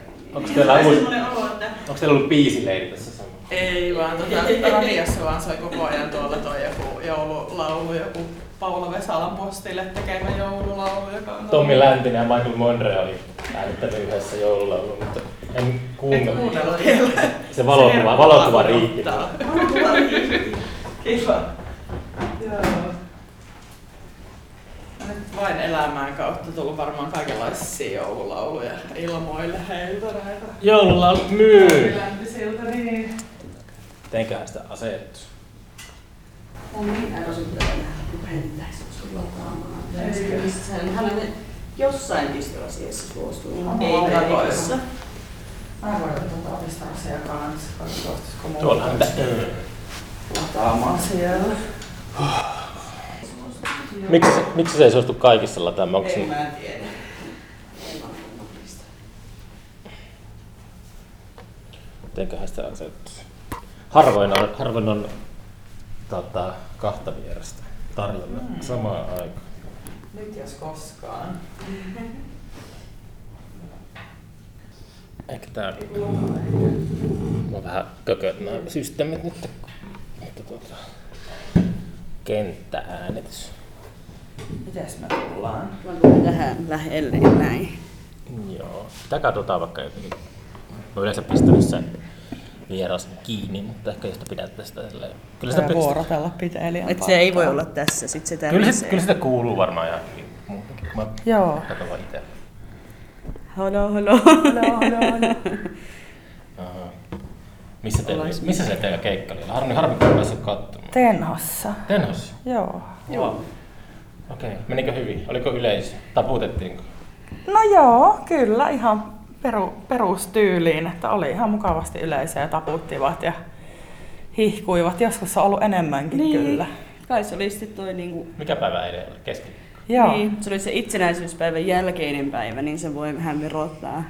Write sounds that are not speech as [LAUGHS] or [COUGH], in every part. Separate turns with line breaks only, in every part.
Teillä on
Tulee
muist-
semmoinen olo, että
Onko teillä ollut biisileiri tässä sama?
ei vaan tota, radiassa vaan soi koko ajan tuolla toi joku joululaulu, joku Paula Vesalan postille tekemä joululaulu, joka on...
Tommi Läntinen ja Michael Monroe oli äänittänyt yhdessä joululaulun, mutta en
Et
kuunnellut.
kuunnellut vielä.
Se valokuva, valokuva riitti.
Valokuva riitti. Kiva. Joo. Nyt vain elämään kautta tullut varmaan kaikenlaisia joululauluja ilmoille heiltä näitä.
Joululaulut myy!
Lämpisiltä, niin.
Teinköhän sitä asetus?
On niin ärsyttävää, kun pentäisi sulla taamaan. Hän on jossain pistolasiassa suostunut.
Ei
kaikissa.
kaikissa.
Mä voin ottaa omistaa asiaa kanssa, koska olisiko muuta.
Tuollahan tä-
Lataamaan siellä.
Miksi, se- miksi se ei suostu kaikissa lataamaan? Onko
En
se-
mä tiedä.
Teinköhän sitä asetus? Harvoin on, harvoin on tota, kahta vierasta tarjolla
Mm.
samaan aikaan.
Nyt jos koskaan.
Ehkä tää Mä oon vähän kököt nämä systeemit nyt. Mutta tota, kenttääänetys.
Mites me tullaan?
Mä tulen tähän lähelle näin.
Joo. Tää katsotaan vaikka jotenkin. Mä yleensä pistän sen vieras kiinni, mutta ehkä josta pidätte sitä silleen. Kyllä sitä, pystyy-
vuorotella pitää, eli
Et se ei voi olla tässä, sit se
kyllä, sitä,
tärkeä.
kyllä sitä kuuluu varmaan ihan hyvin muutenkin, kun mä
Joo.
katson vaan itse.
Halo, halo. no,
Aha. Missä, teillä, missä se teillä keikka oli? Harmi, harmi kun en päässyt katsomaan.
[LAUGHS] Tenhossa.
Tenhos.
Joo.
Joo. Okei, okay. menikö hyvin? Oliko yleisö? Taputettiinko?
No joo, kyllä ihan peru, perustyyliin, että oli ihan mukavasti yleisöä, taputtivat ja hihkuivat. Joskus on ollut enemmänkin
Niin.
kyllä.
Kai se oli sitten toi niinku...
Mikä päivä eilen oli? Keski.
Joo.
Niin, se oli se itsenäisyyspäivän jälkeinen päivä, niin se voi vähän verottaa.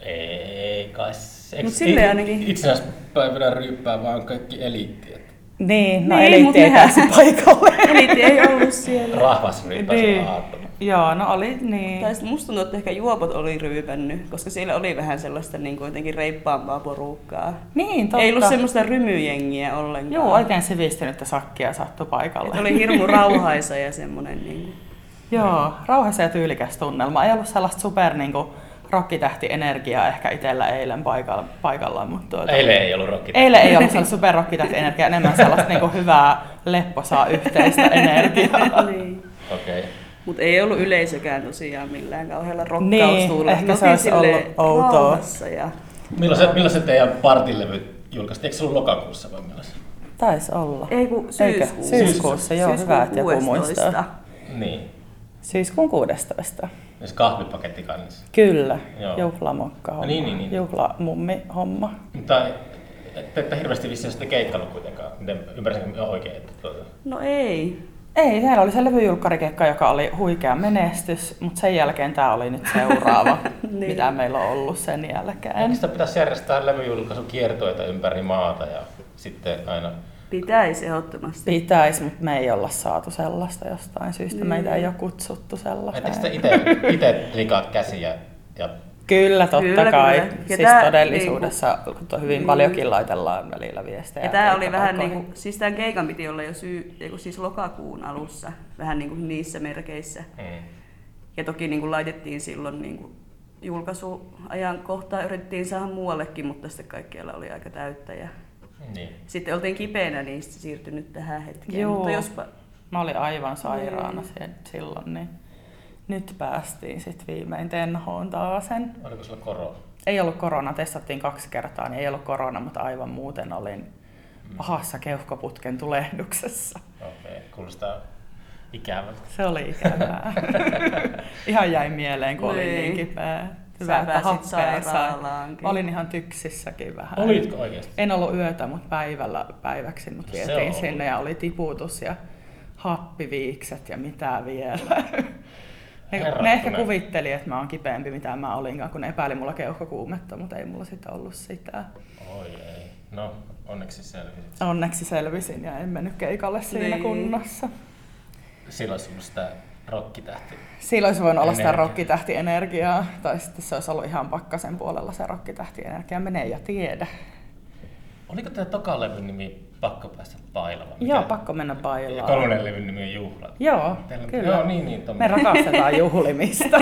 Ei kai se.
Mut silleen ainakin.
Itsenäispäivänä ryyppää vaan kaikki eliitti. että
Niin, no
Niin,
eli
mut
ei
nehän-
päässyt paikalle.
Eli ei ollut siellä.
Rahvas ryyppää niin.
Niin.
aattona.
Joo, no oli niin.
Tai sitten musta tuntuu, että ehkä juopot oli ryypännyt, koska siellä oli vähän sellaista niin jotenkin reippaampaa porukkaa.
Niin, totta.
Ei ollut semmoista rymyjengiä ollenkaan.
Joo, oikein sivistynyttä sakkia sattui paikalle.
Et oli hirmu rauhaisa ja semmoinen. Niin kuin.
[LAUGHS] Joo, rauhassa ja tyylikäs tunnelma. Ei ollut sellaista super niin kuin, rokkitähti-energiaa ehkä itsellä eilen paikalla, paikalla mutta tuota,
Eilen ei ollut rokki.
eilen ei ollut sellaista super rokkitähti-energiaa, enemmän sellaista niin kuin, hyvää, lepposaa yhteistä energiaa. [LAUGHS]
[LAUGHS] niin.
Okei. Okay.
Mutta ei ollut yleisökään tosiaan millään kauhealla
Niin,
rokkaustuulella.
ehkä
Me
se
oltiin
olisi
silleen
ollut outoa.
rauhassa Ja...
Milloin se, milloin se teidän partilevy julkaistiin? Eikö se ollut lokakuussa vai milloin? se?
Taisi olla.
Ei kun
Eikö?
syyskuussa.
Syyskuussa, joo, hyvä, että joku
16.
muistaa.
Niin.
Syyskuun 16.
Jos kahvipaketti kannessa.
Kyllä,
Joo.
juhlamokka homma.
Niin, niin, niin.
Juhlamummi homma.
Mutta ette, ette hirveästi vissiin sitten keikkaillut kuitenkaan. Miten, ymmärsinkö mä oikein? Että tuota,
No ei.
Ei, siellä oli se levyjulkkarikeikka, joka oli huikea menestys, mutta sen jälkeen tämä oli nyt
[LAUGHS]
seuraava,
Niin.
mitä meillä on ollut sen jälkeen.
Eikö sitä pitäisi järjestää levyjulkaisukiertoita ympäri maata ja sitten aina...
Pitäisi ehdottomasti.
Pitäisi, mutta me ei olla saatu sellaista jostain syystä.
Niin.
Meitä ei ole kutsuttu
Ettekö
sellaiseen.
te itse likaat käsiä ja
Kyllä, totta
Kyllä,
kyllä, kai.
kyllä. Ja
Kyllä. Siis
tää
todellisuudessa, kun to- hyvin
Niin.
paljonkin laitellaan välillä viestejä.
Ja tämä oli vähän niin
keikkapaikoihin.
kuin, siis tämän keikan piti olla jo syy, eiku, siis lokakuun alussa, vähän niin kuin niissä merkeissä.
mm,
Ja toki niin kuin laitettiin silloin niin kuin julkaisuajankohtaa, yritettiin saada muuallekin, mutta sitten kaikkialla oli aika täyttä. Ja
niin.
sitten oltiin kipeänä niin niistä siirtynyt tähän hetkeen.
Joo.
Mutta jospa,
Mä olin aivan sairaana sen, silloin, niin nyt päästiin sitten viimein tenhoon taasen.
Oliko sulla korona?
Ei ollut korona, testattiin kaksi kertaa, niin ei ollut korona, mutta aivan muuten olin pahassa keuhkoputken tulehduksessa.
Okei, kuulostaa ikävältä.
Se oli
[LAUGHS]
ikävää. ihan jäi mieleen, kun olin
Niin.
niin kipeä.
Sä
Hyvä, että
pääsit
happea sai.
sairaalaankin.
Mä olin ihan tyksissäkin vähän.
Olitko oikeasti?
En ollut yötä, mutta päivällä päiväksi mut
Se
vietiin
on
sinne ja oli tiputus ja happiviikset ja mitä vielä. [LAUGHS] Ne,
Herrattuna.
ne ehkä kuvitteli, että mä oon kipeämpi mitä mä olinkaan, kun ne epäili mulla keuhkokuumetta, mutta ei mulla sitä ollut sitä.
Oi ei. No, onneksi selvisit.
Onneksi selvisin ja en mennyt keikalle siinä
Niin.
kunnossa.
Silloin sulla sitä rokkitähti.
Sillä olisi voinut olla sitä
Energia.
rokkitähtienergiaa, tai sitten se olisi ollut ihan pakkasen puolella se rokkitähtienergia. Menee ja tiedä.
Oliko tämä tokan levyn nimi Pakko päästä bailamaan? Mikä-
Joo, pakko mennä
Ja
bailaan.
kolmannen levyn nimi on Juhlat.
Joo,
Teillä on-
kyllä.
Joo, niin, niin.
Me
Tommoinen.
rakastetaan
[LAUGHS]
juhlimista.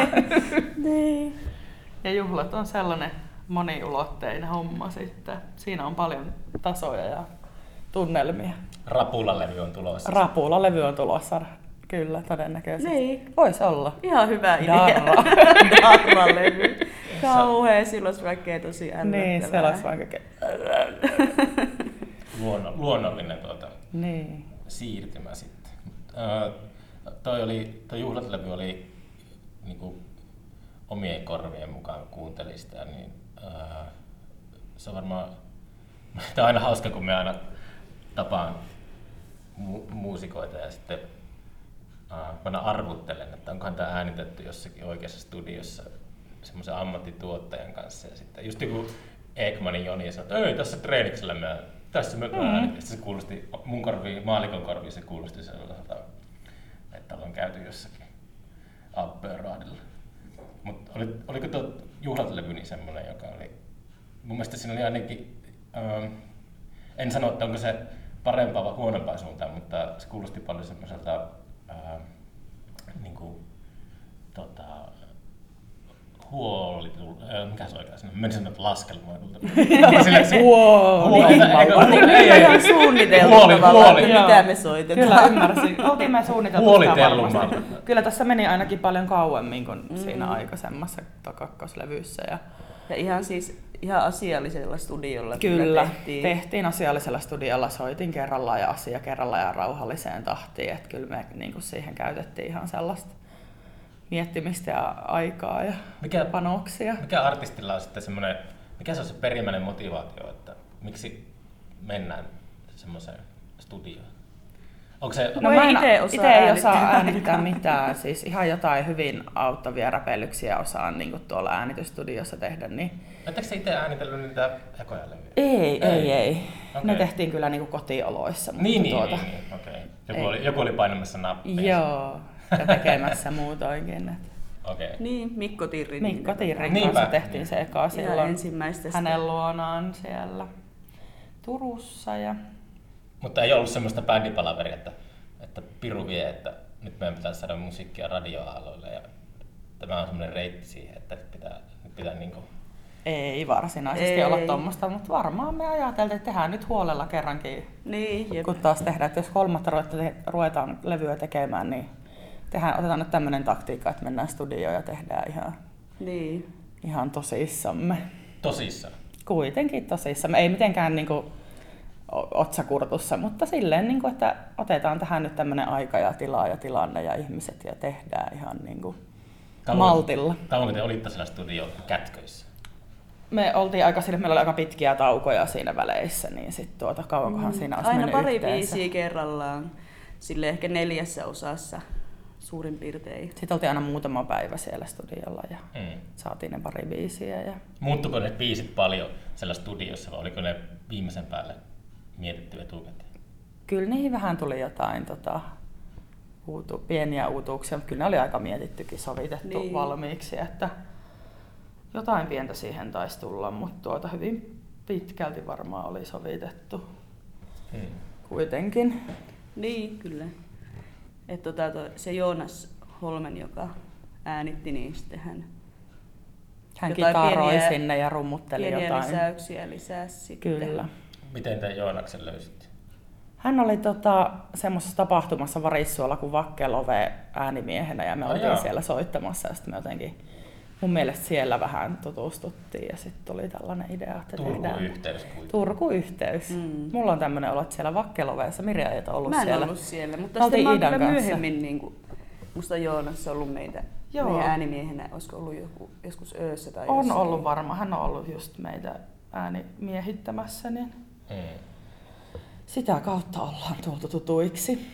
Niin.
ja juhlat on sellainen moniulotteinen homma sitten. Siinä on paljon tasoja ja tunnelmia.
Rapulan levy on tulossa.
Rapula-levy on tulossa, kyllä todennäköisesti.
Niin.
Voisi olla.
Ihan hyvä idea. [LAUGHS]
Darra.
Darra-levy. Kauhea silosväkeä tosi ärsyttävää.
Niin, se olisi vaan kaikkein.
Luonno, luonnollinen tuota,
Niin.
siirtymä sitten. Öö, toi, oli, toi juhlatlevy oli niinku, omien korvien mukaan kun kuuntelin sitä, niin öö, se on varmaan, [LAUGHS] tää on aina hauska kun me aina tapaan mu- muusikoita ja sitten öö, mä aina arvuttelen, että onkohan tämä äänitetty jossakin oikeassa studiossa semmoisen ammattituottajan kanssa ja sitten just joku Ekmanin Joni sanoi, että ei tässä treeniksellä mä tässä mä mm. se kuulosti mun korviin, maalikon korviin se kuulosti sellaiselta, että ollaan käyty jossakin Abberadilla. Mutta oli, oliko tuo juhlatlevy niin semmoinen, joka oli... Mun mielestä siinä oli ainakin... Ähm, en sano, että onko se parempaa vai huonompaa suuntaan, mutta se kuulosti paljon semmoiselta ähm, niin kuin, tota, huolitu... Äh, mikä se oikein sanoo? Mä en sano, että laskelmoidulta. Sillä se-
Wow.
Huoli- eikö-
Niin,
ei,
meillä on
ei,
suunniteltu
Huoli,
tavallaan,
huoli.
että mitä
Joo.
me soitetaan.
Kyllä ymmärsin. [LAUGHS] Oltiin me suunniteltu
Huolitellumalla.
sitä varmasti. Kyllä tässä meni ainakin paljon kauemmin kuin mm. siinä aikaisemmassa to- kakkoslevyssä. Ja
Ja ihan siis ihan asiallisella studiolla
kyllä, tehtiin.
tehtiin.
tehtiin asiallisella studiolla, soitin kerrallaan ja asia kerrallaan ja rauhalliseen tahtiin. Että kyllä me niin kuin siihen käytettiin ihan sellaista miettimistä ja aikaa ja
Mikä
panoksia.
Mikä artistilla on sitten semmoinen, mikä se on se perimmäinen motivaatio, että miksi mennään semmoiseen studioon? Onko se,
No ei ite osaa
ite ei osaa
äänittää
äänittää mitään. Siis ihan jotain hyvin auttavia räpelyksiä osaan niin tuolla äänitystudiossa tehdä. Niin
Oletteko te itse äänitellyt niitä ekoja levyjä?
Ei, ei, ei. Okay. Ne
Okei.
tehtiin kyllä niinku kotioloissa. Mutta
Niin, niin,
tuota,
tuota. niin, niin okei.
Ei.
Joku, oli, joku oli painamassa nappia.
Joo, ja tekemässä muutoinkin. et.
Okei. Okay.
Niin, Mikko Tirri.
Mikko Tirrin
Niinpä.
kanssa tehtiin se eka
Ihan
silloin
ensimmäistä sitä.
hänen luonaan siellä Turussa. Ja...
Mutta ei ollut semmoista bändipalaveria, että, että piru vie, että nyt meidän pitää saada musiikkia radioaaloille ja tämä on semmoinen reitti siihen, että nyt pitää, nyt pitää niinku...
Ei varsinaisesti
Ei.
olla tuommoista, mutta varmaan me ajateltiin, että tehdään nyt huolella kerrankin
Niin, jep.
kun taas tehdään, että jos kolmatta ruvetta te- ruvetaan levyä tekemään, niin tehdään, otetaan nyt tämmöinen taktiikka, että mennään studioon ja tehdään ihan,
Niin.
ihan tosissamme.
Tosissaan.
Kuitenkin tosissamme, ei mitenkään niinku o- otsakurtussa, mutta silleen, niinku, että otetaan tähän nyt tämmöinen aika ja tila ja tilanne ja ihmiset ja tehdään ihan niinku maltilla.
Kauanko te olitte siellä studio kätköissä?
Me oltiin aika siinä, meillä oli aika pitkiä taukoja siinä väleissä, niin sitten tuota, kauankohan siinä olisi
Mm. Aina
mennyt
pari
yhteensä.
biisiä kerrallaan. Sille ehkä neljässä osassa suurin piirtein.
Sitten oltiin aina muutama päivä siellä studiolla ja
Mm.
saatiin ne pari biisiä. Ja...
Muuttuko ne biisit paljon siellä studiossa vai oliko ne viimeisen päälle mietitty etukäteen?
Kyllä niihin vähän tuli jotain tota, uutu, pieniä uutuuksia, mutta kyllä ne oli aika mietittykin sovitettu
Niin.
niin. valmiiksi, että jotain pientä siihen taisi tulla, mutta tuota hyvin pitkälti varmaan oli sovitettu
Hmm.
kuitenkin.
Niin, kyllä. Et tota, to, se Joonas Holmen, joka äänitti, niin sitten hän
Hän
Jotain
kitaroi
pieniä-
sinne ja rummutteli
pieniä
jotain.
lisäyksiä lisäsi sitten.
Kyllä.
Miten te Joonaksen löysitte?
Hän oli tota, semmoisessa tapahtumassa Varissuolla kuin Vakkelove äänimiehenä ja me
Ai
oltiin
jaa.
siellä soittamassa ja sitten me jotenkin mun mielestä siellä vähän tutustuttiin ja sitten tuli tällainen idea, että tehdään
Turku-yhteys kuitenkin.
Turku-yhteys.
Mm.
Mm. Mulla on tämmöinen olo, että siellä Vakkeloveessa Mirja ei ole ollut
Mä en
siellä.
ollut siellä, mutta
Me
sitten mä oon
Iidan
kyllä
kanssa.
myöhemmin, niin kuin, musta Joonas on ollut meitä,
Joo.
meidän äänimiehenä, olisiko ollut joku, joskus Öössä tai
On
jossakin.
ollut varmaan, hän on ollut just meitä äänimiehittämässä, niin
Hmm.
sitä kautta ollaan tultu tutuiksi.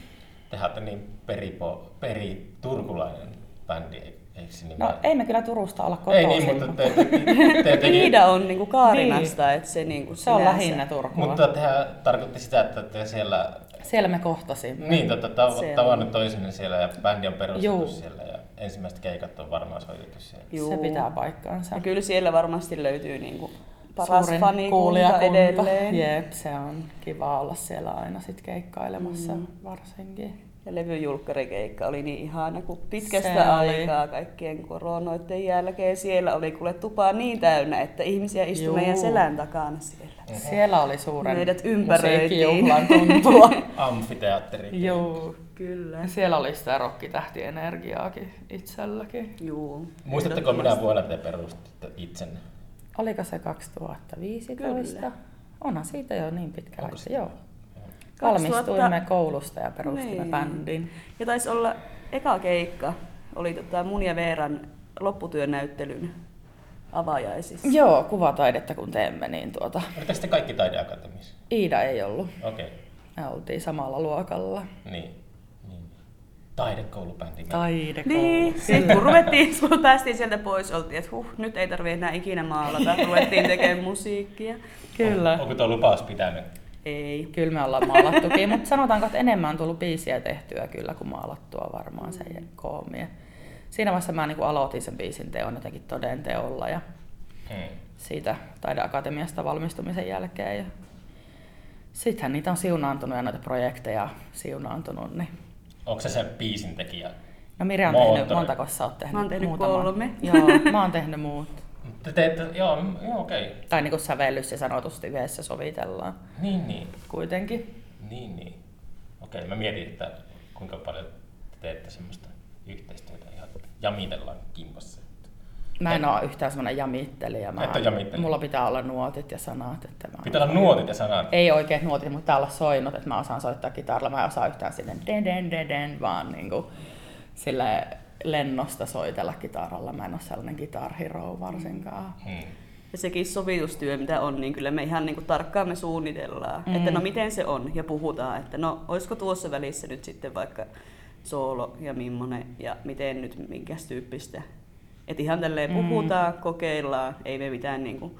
Te olette niin peripo, peri turkulainen bändi, ei- Eikö se
No ei me kyllä Turusta olla
ei
kotoisin.
niin, mutta te, te, te,
[LAUGHS]
te teki,
Iida on niinku Kaarinasta, niin. että se, niinku
Se on
sinänsä-
lähinnä Turkua.
Mutta tehän tarkoitti sitä, että te siellä,
Siellä me kohtasimme.
niin te olette tav-
Siellä.
tavannut toisenne siellä ja bändi on perustettu
Juu.
siellä ja ensimmäiset keikat on varmaan soitettu siellä.
Juu.
Se pitää paikkaansa.
Ja kyllä siellä varmasti löytyy niinku paras
Suurin
fanikunta
kuulijakunta.
edelleen.
Jep, se on kiva olla siellä aina sit keikkailemassa mm. varsinkin.
Ja levyjulkkarikeikka oli niin ihana, kun pitkästä
Se oli.
aikaa kaikkien koronoiden jälkeen siellä oli kuule tupa niin täynnä, että ihmisiä istui
Juu.
meidän selän takana siellä.
Siellä oli suuren
Meidät ympäröitiin.
musiikkijuhlan
[LAUGHS]
tuntua.
Amfiteatteri.
Joo.
Kyllä.
Siellä oli sitä rokkitähtienergiaakin itselläkin.
Juu.
Muistatteko minä vuonna te perustitte itsenne?
Oliko se 2015?
Kyllä.
Onhan siitä jo niin pitkä aika, joo.
2000
Valmistuimme koulusta ja perustimme
Niin.
bändin.
Ja taisi olla eka keikka, oli tota mun ja Veeran lopputyönäyttelyn avajaisissa.
Joo, kuvataidetta kun teemme, niin tuota,
Olitteko te kaikki taideakatemiassa?
Iida ei ollut.
Okei,
Me oltiin samalla luokalla.
niin. niin. Taidekoulubändi.
Taidekoulu.
Niin, sitten kun ruvettiin, kun päästiin sieltä pois, oltiin, että huh, nyt ei tarvitse enää ikinä maalata, ruvettiin tekemään musiikkia.
Kyllä.
Onko tuo lupaus pitänyt?
Ei.
Kyllä me ollaan maalattukin, [LAUGHS] mutta sanotaanko, että enemmän on tullut biisiä tehtyä kyllä kuin maalattua varmaan se
Mm.
koomia. Siinä vaiheessa mä niin aloitin sen biisin teon jotenkin toden teolla ja
Hmm.
siitä taideakatemiasta valmistumisen jälkeen. Ja sittenhän niitä on siunaantunut ja noita projekteja siunaantunut. Niin.
Onko se sen biisin tekijä?
No Mirja on
Monta.
tehnyt, montako sä oot tehnyt?
Mä oon tehnyt
Muutama.
kolme.
Joo,
[LAUGHS]
mä oon tehnyt muut.
Te teette, joo, mm, joo okei. Okay.
Tai niin kuin sävellys ja sanotusti yhdessä sovitellaan
Niin, niin.
kuitenkin.
Niin, niin. Okei, mä mietin, että kuinka paljon te teette semmoista yhteistyötä ihan jamitellaan kimpossa.
Mä en oo yhtään semmonen jamittelijä. Mä
Et oo jamittelijä.
Mulla pitää olla nuotit ja sanat. Että mä
Pitää olla nuotit ja sanat.
Ei oikein nuotit, mutta pitää olla soinut, että mä osaan soittaa kitaralla. Mä en osaa yhtään sinne den den den den, vaan niinku sille lennosta soitella kitaralla. Mä en oo sellainen kitarhiro varsinkaan.
Hmm.
Ja sekin sovitustyö, mitä on, niin kyllä me ihan niin kuin tarkkaan me suunnitellaan, mm. että no miten se on ja puhutaan, että no olisiko tuossa välissä nyt sitten vaikka soolo ja millainen ja miten nyt minkäs tyyppistä. Että ihan tälleen
Mm.
puhutaan, kokeillaan, ei me mitään niin kuin,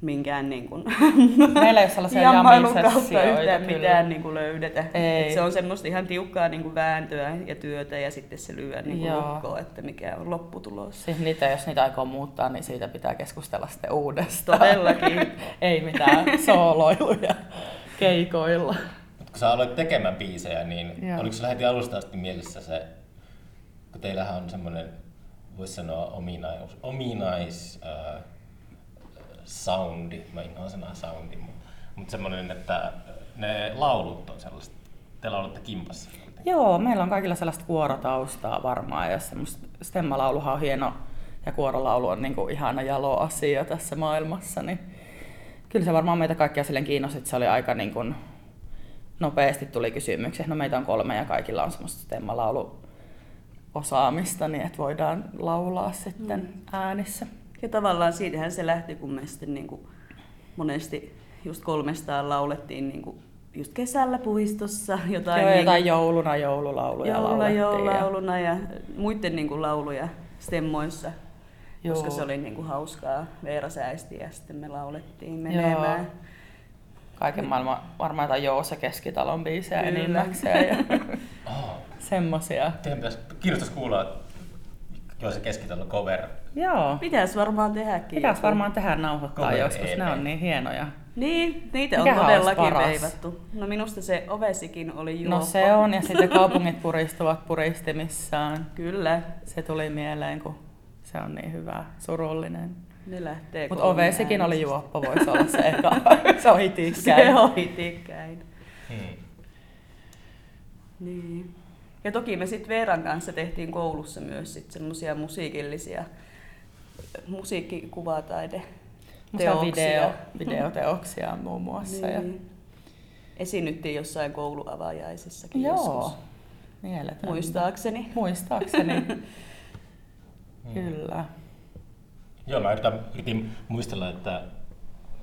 minkään niin kuin
[LAUGHS] Meillä ei ole sellaisia
jammailun kautta
jamisessioita,
yhtään
kyllä.
mitään niin kuin löydetä.
Ei.
Et se on semmoista ihan tiukkaa niin kuin vääntöä ja työtä ja sitten se lyö niin kuin
Joo.
lukkoon, että mikä on lopputulos.
Siis niitä, jos niitä aikoo muuttaa, niin siitä pitää keskustella sitten uudestaan.
Todellakin.
[LAUGHS] ei mitään sooloiluja keikoilla.
Mut kun sä aloit tekemään biisejä, niin
Joo.
Joo. oliko sulla heti alusta asti mielessä se, kun teillähän on semmoinen, voisi sanoa ominais, ominais äh, soundi, mä inhoan sanaa soundi, mutta semmoinen, että ne laulut on sellaista, te laulatte kimpassa.
Joo, meillä on kaikilla sellaista kuorotaustaa varmaan ja semmoista stemmalauluhan on hieno ja kuorolaulu on niinku ihana jalo asia tässä maailmassa, niin kyllä se varmaan meitä kaikkia silleen kiinnosti, että se oli aika niin kuin nopeasti tuli kysymyksiä. No meitä on kolme ja kaikilla on semmoista stemmalaulu osaamista, niin että voidaan laulaa sitten mm. äänissä.
Ja tavallaan siitähän se lähti, kun me sitten niin kuin monesti just kolmestaan laulettiin niin kuin just kesällä puistossa jotain,
Joo,
niin kuin
jotain jouluna joululauluja
jouluna,
laulettiin.
joululauluna ja muiden niin kuin lauluja stemmoissa.
Joo.
Joo. Koska se oli niin kuin hauskaa. Veera säästi ja sitten me laulettiin
Joo.
menemään.
Ja kaiken maailman, varmaan jotain Jousa Keskitalon biisejä
Kyllä.
enimmäkseen
[LAUGHS]
ja
Oh,
semmosia.
teidän pitäisi, kiinnostaisi kuulla, jos se keskitellä cover.
Joo.
Pitäis varmaan tehdäkin.
Pitäis
joku.
varmaan tehdä nauhoittaa
Cover
joskus,
EP.
ne on niin hienoja.
Niin, niitä on
Mikähän olisi
todellakin
paras?
veivattu. No minusta se ovesikin oli juoppa.
No se on, ja sitten kaupungit puristuvat puristimissaan.
Kyllä,
Se tuli mieleen, kun se on niin hyvä, surullinen.
ne lähtee
Mutta
kolmen
ovesikin oli
äänestä.
juoppa, voisi olla se eka. [LAUGHS] se on
[LAUGHS] Se
hitikkäin.
on itikkäin.
Hmm.
Niin. Ja toki me sitten Veeran kanssa tehtiin koulussa myös sit semmoisia musiikillisia musiikkikuvataide.
Mutta
teoksia.
video,
[LAUGHS]
videoteoksia muun muassa. Ja...
Niin. Esiinnyttiin jossain kouluavajaisissakin
Joo,
joskus,
mieletön.
muistaakseni.
Muistaakseni. Kyllä.
Joo, mä yritän, yritin muistella, että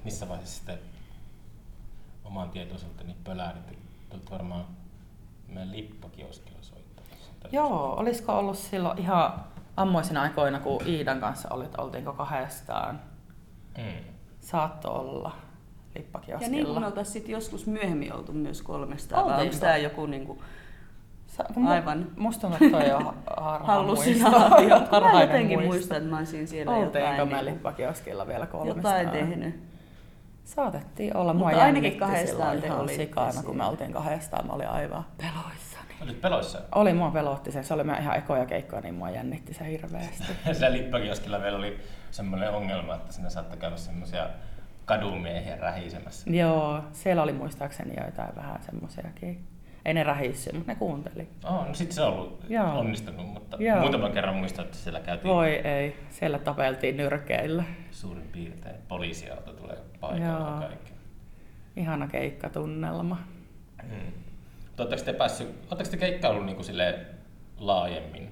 missä vaiheessa sitten omaan niin tietoisuuteni pölääritte. Tulet varmaan meidän lippakioskilla soittaa.
Joo, olisiko ollut silloin ihan ammoisina aikoina, kun Iidan kanssa olit, oltiinko kahdestaan,
Mm.
saattoi olla
Ja niin kuin me
lippakioskilla.
oltaisiin sitten joskus myöhemmin oltu myös kolmesta, vai
Oltiinko?
onko tämä joku niinku
Sa- kun mu-
Aivan.
Musta tuntuu, että toi on
[LAUGHS]
ha- harha
hallusinaatio?
muisto.
[LAUGHS] Mä
Harhainen
jotenkin
muisto.
muistan, että mä olisin siellä
Oltiinko
jotain,
me
niinku-
lippakioskilla vielä kolmestaan?
jotain tehnyt.
Saatettiin olla. Mua
Mutta ainakin
jännitti
kahdestaan
silloin
te
ihan
olitte
sikana, kun
siellä.
me oltiin kahdestaan. Mä olin aivan peloissani.
Olit peloissa. [LAUGHS]
Oli, mua pelotti se. Se oli meidän ihan ekoja keikkoja, niin mua jännitti se hirveästi.
Sillä lippakioskilla meillä oli semmoinen ongelma, että sinne saattoi käydä semmoisia kadumiehiä rähisemässä.
Joo, siellä oli muistaakseni joitain vähän semmosiakin. Ei ne rähissy, mutta ne kuunteli.
Oh, no sit se on ollut
Joo.
onnistunut, mutta
Joo.
muutaman kerran muistan, että siellä käytiin
Voi ei, siellä tapeltiin nyrkeillä.
suurin piirtein. Poliisiauto tulee paikalle
Joo.
ja kaikki.
Ihana keikkatunnelma.
Mm. Mutta ootteko te päässyt, ootteko te keikkailu niin kuin sille laajemmin?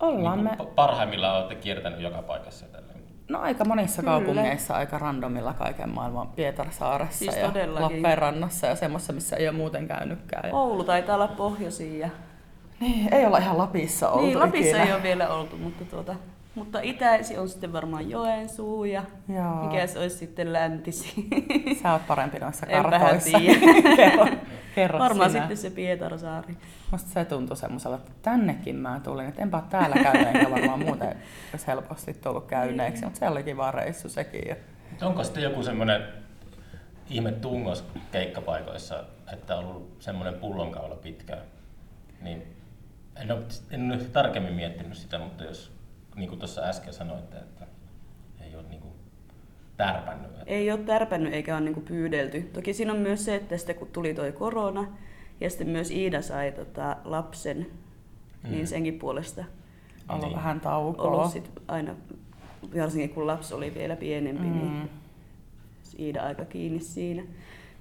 Ollaan
Niin
me,
kuin pa- Parhaimmillaan olette kiertänyt joka paikassa tälleen.
no aika monissa
Kyllä.
kaupungeissa, aika randomilla kaiken maailman Pietarsaaressa
Siis
ja
todellakin. Oh.
Lappeenrannassa ja semmoisessa, missä ei ole muuten käynytkään. Ja...
Oulu taitaa olla pohjoisin ja...
Niin, ei olla ihan Lapissa oltu
Niin, Lapissa
ikinä.
ei ole vielä oltu, mutta, tuota, mutta itäisi on sitten varmaan Joensuu ja
Joo.
mikä se olisi sitten läntisi.
Sä oot parempi noissa
Enpähän
kartoissa.
tiedä.
[LAUGHS] kerro, kerro
varmaan
sinä.
sitten se Pietarsaari.
Musta se tuntui semmoiselta, että tännekin mä tulin, että enpä ole täällä käynyt, enkä varmaan muuten olisi helposti tullut
Niin.
käyneeksi, mutta se oli kiva reissu sekin. Ja
Mut Onko sitten joku semmoinen ihme tungos keikkapaikoissa, että on ollut semmoinen pullonkaula pitkään? Niin, en ole, en ole tarkemmin miettinyt sitä, mutta jos niin kuin tuossa äsken sanoitte, että ei ole niin kuin tärpännyt. Että
Ei ole tärpännyt eikä ole niinku pyydelty. Toki siinä on myös se, että sitten kun tuli toi korona ja sitten myös Iida sai tota lapsen, mm. niin senkin puolesta
ollut
Niin.
vähän taukoa.
ollut sit aina, varsinkin kun lapsi oli vielä pienempi, mm. niin Iida aika kiinni siinä.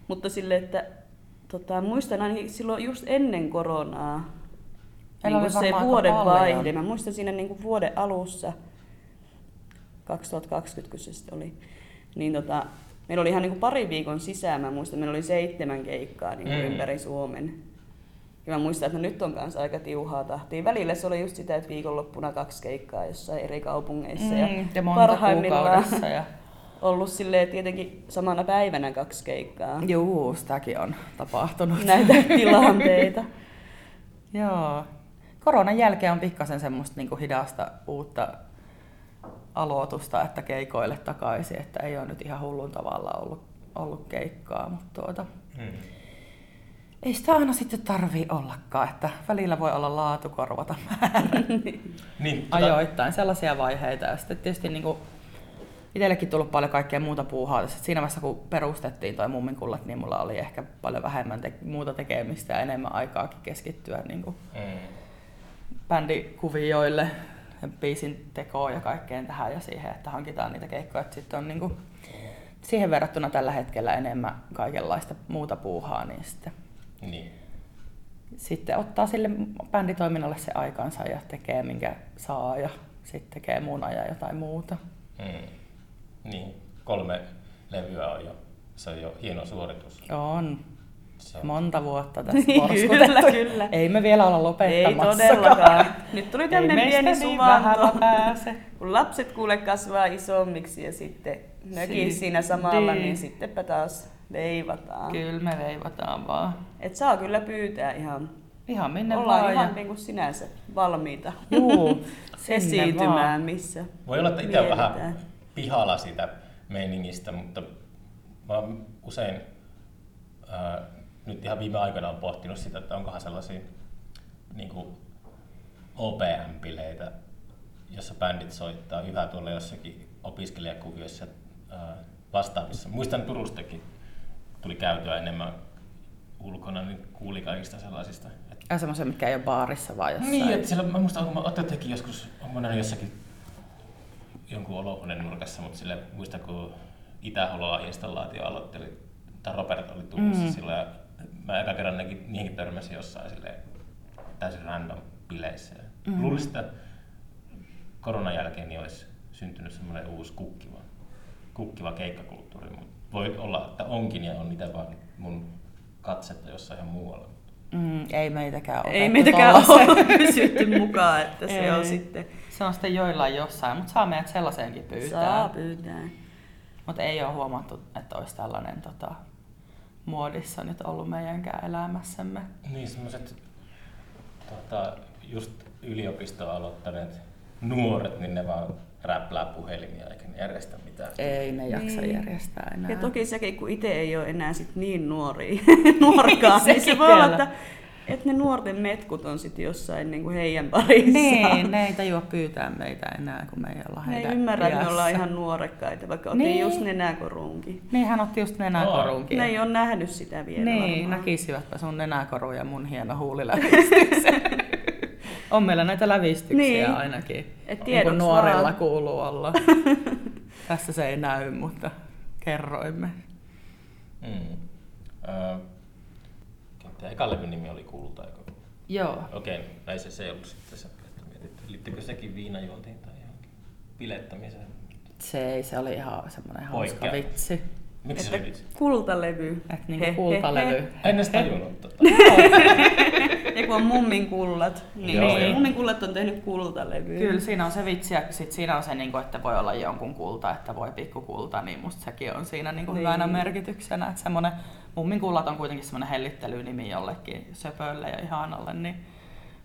Mutta sille, että tota, muistan ainakin silloin just ennen koronaa,
Meillä
niin
oli
kuin se
varmaan aika
vuoden
paljon.
vaihde. Mä muistan siinä niin kuin vuoden alussa, 2020 kun se sitten oli, niin tota, meillä oli ihan niin kuin pari viikon sisään, mä muistan, meillä oli seitsemän keikkaa niin kuin
Mm.
mm. ympäri Suomen. Ja mä muistan, että no nyt on kanssa aika tiuhaa tahtia. Välillä se oli just sitä, että viikonloppuna kaksi keikkaa jossain eri kaupungeissa.
Mm, ja monta kuukaudessa. Ja...
ollut silleen tietenkin samana päivänä kaksi keikkaa.
Juu, sitäkin on tapahtunut.
Ah. Näitä [LAUGHS] tilanteita.
[LAUGHS] Joo. Koronan jälkeen on pikkasen semmoista niin hidasta uutta aloitusta, että keikoille takaisin, että ei ole nyt ihan hullun tavalla ollut, ollut keikkaa, mutta tuota,
Mm.
ei sitä aina sitten tarvii ollakaan, että välillä voi olla laatu korvata määrä.
Niin, tota,
[LAUGHS] Ajoittain sellaisia vaiheita ja sitten tietysti niin kuin itsellekin tullut paljon kaikkea muuta puuhaa. tässä. Siinä vaiheessa kun perustettiin toi mumminkullat, niin mulla oli ehkä paljon vähemmän te- muuta tekemistä ja enemmän aikaakin keskittyä niin kuin
mm.
bändikuvioille, ja biisin tekoon ja kaikkeen tähän ja siihen, että hankitaan niitä keikkoja. Et Sitten on niinku, siihen verrattuna tällä hetkellä enemmän kaikenlaista muuta puuhaa, niin sitten,
niin.
sitten ottaa sille bänditoiminnalle se aikansa ja tekee minkä saa ja sitten tekee muun ajan jotain muuta.
Mm. niin, kolme levyä on jo. Se on jo hieno suoritus.
On.
Se on.
Monta
[LAUGHS]
vuotta tässä
Niin,
porskutettu.
kyllä, kyllä.
Ei me vielä olla
Ei
lopettamassa.
todellakaan. Nyt tuli
Ei
tämmöinen
meistä
pieni
niin vähällä
suvanto.
pääse.
Kun lapset kuule kasvaa isommiksi ja sitten mökin
Sitten.
siinä samalla, niin sittenpä taas veivataan.
Kyllä me veivataan vaan.
Et saa kyllä pyytää ihan.
Ihan minne
Ne Ollaan
vaan. ja-
ihan niin kuin sinänsä valmiita
[LAUGHS]
[LAUGHS]
Juu, sinne
esiintymään missä.
Voi olla, että itse on vähän
Mietitään.
pihalla siitä meiningistä, mutta mä oon usein ää, nyt ihan viime aikoina on pohtinut sitä, että onkohan sellaisia niin OPM-bileitä, jossa bändit soittaa yhä tuolla jossakin opiskelijakuvioissa ää, vastaavissa. Muistan Turustakin tuli käytyä enemmän ulkona, niin kuuli kaikista sellaisista. Että
Ja semmoisia, mitkä ei ole baarissa vaan jossain.
niin, että siellä, mä muistan, kun mä otin tekin joskus, mä näin jossakin jonkun olohuoneen nurkassa, mutta sille muistan, kun Itä-Holoa installaatio aloitteli, tai Robert oli Turussa mm. silloin, ja mä eka kerran näkin, niihin törmäsin jossain sille täysin random bileissä. Mm. Luulisin, että koronan jälkeen niin olisi syntynyt semmoinen uusi kukkiva, kukkiva keikkakulttuuri, mutta voi olla, että onkin ja on niitä vaan mun katsetta jossain ihan muualla.
Mm, ei meitäkään ole.
Ei meitäkään ole [LAUGHS] pysytty mukaan, että se
Ei.
on sitten.
Se on sitten joillain jossain, mutta saa meidät sellaiseenkin pyytää.
Saa pyytää.
Mutta ei ole huomattu, että olisi tällainen tota, muodissa nyt ollut meidänkään elämässämme.
Niin, semmoiset tota, just yliopistoa aloittaneet nuoret, niin ne vaan räplää puhelimia eikä ne järjestä mitään.
Ei ne jaksa
Niin.
niin. järjestää enää.
Ja toki sekin, kun itse ei ole enää sit
[LAUGHS]
niin nuori, [LAUGHS] nuorkaan, niin, se
sekin
voi olla,
vielä.
että, että ne nuorten metkut on sitten jossain niinku heidän parissaan.
[LAUGHS] Niin,
[LAUGHS]
ne ei tajua pyytää meitä enää, kun me ei olla
Ne
heidän
ei ymmärrä, että me
iässä.
ollaan ihan nuorekkaita, vaikka otin
Niin.
just nenäkorunkin.
Niin, hän otti just nenäkorunkin.
Ne ei ole nähnyt sitä vielä
Niin,
varmaan.
näkisivätpä sun nenäkoru ja mun hieno huulilävistyksen. [LAUGHS] on meillä näitä lävistyksiä
Niin.
niin. ainakin.
Et
Niin
tiedoks
kuin nuorilla
vaan.
kuuluu olla. [LAUGHS] Tässä se ei näy, mutta kerroimme.
Mm. Öö, tämä eka levyn nimi oli Kulta, eikö?
Joo.
Okei, okay, näin se, se ei ollut sitten se, että mietit, liittyykö sekin viinajuontiin tai johonkin pilettämiseen.
Se, ei, se oli ihan semmoinen hauska
Poikkeava.
vitsi.
Miksi se
Että
oli vitsi?
kultalevy.
Että
He,
niinku kultalevy.
En edes tajunnut tota.
he, he. Ja kun on mummin kullat, niin
Joo,
Joo,
joo.
mummin kullat on tehnyt kultalevyä.
Kyllä siinä on se vitsi ja sit siinä on se, niinku, että voi olla jonkun kulta, että voi pikkukulta, niin musta sekin on siinä niinku
Niin.
niin. hyvänä merkityksenä. Että semmonen, mummin kullat on kuitenkin semmoinen hellittelynimi jollekin söpölle ja ihanalle, niin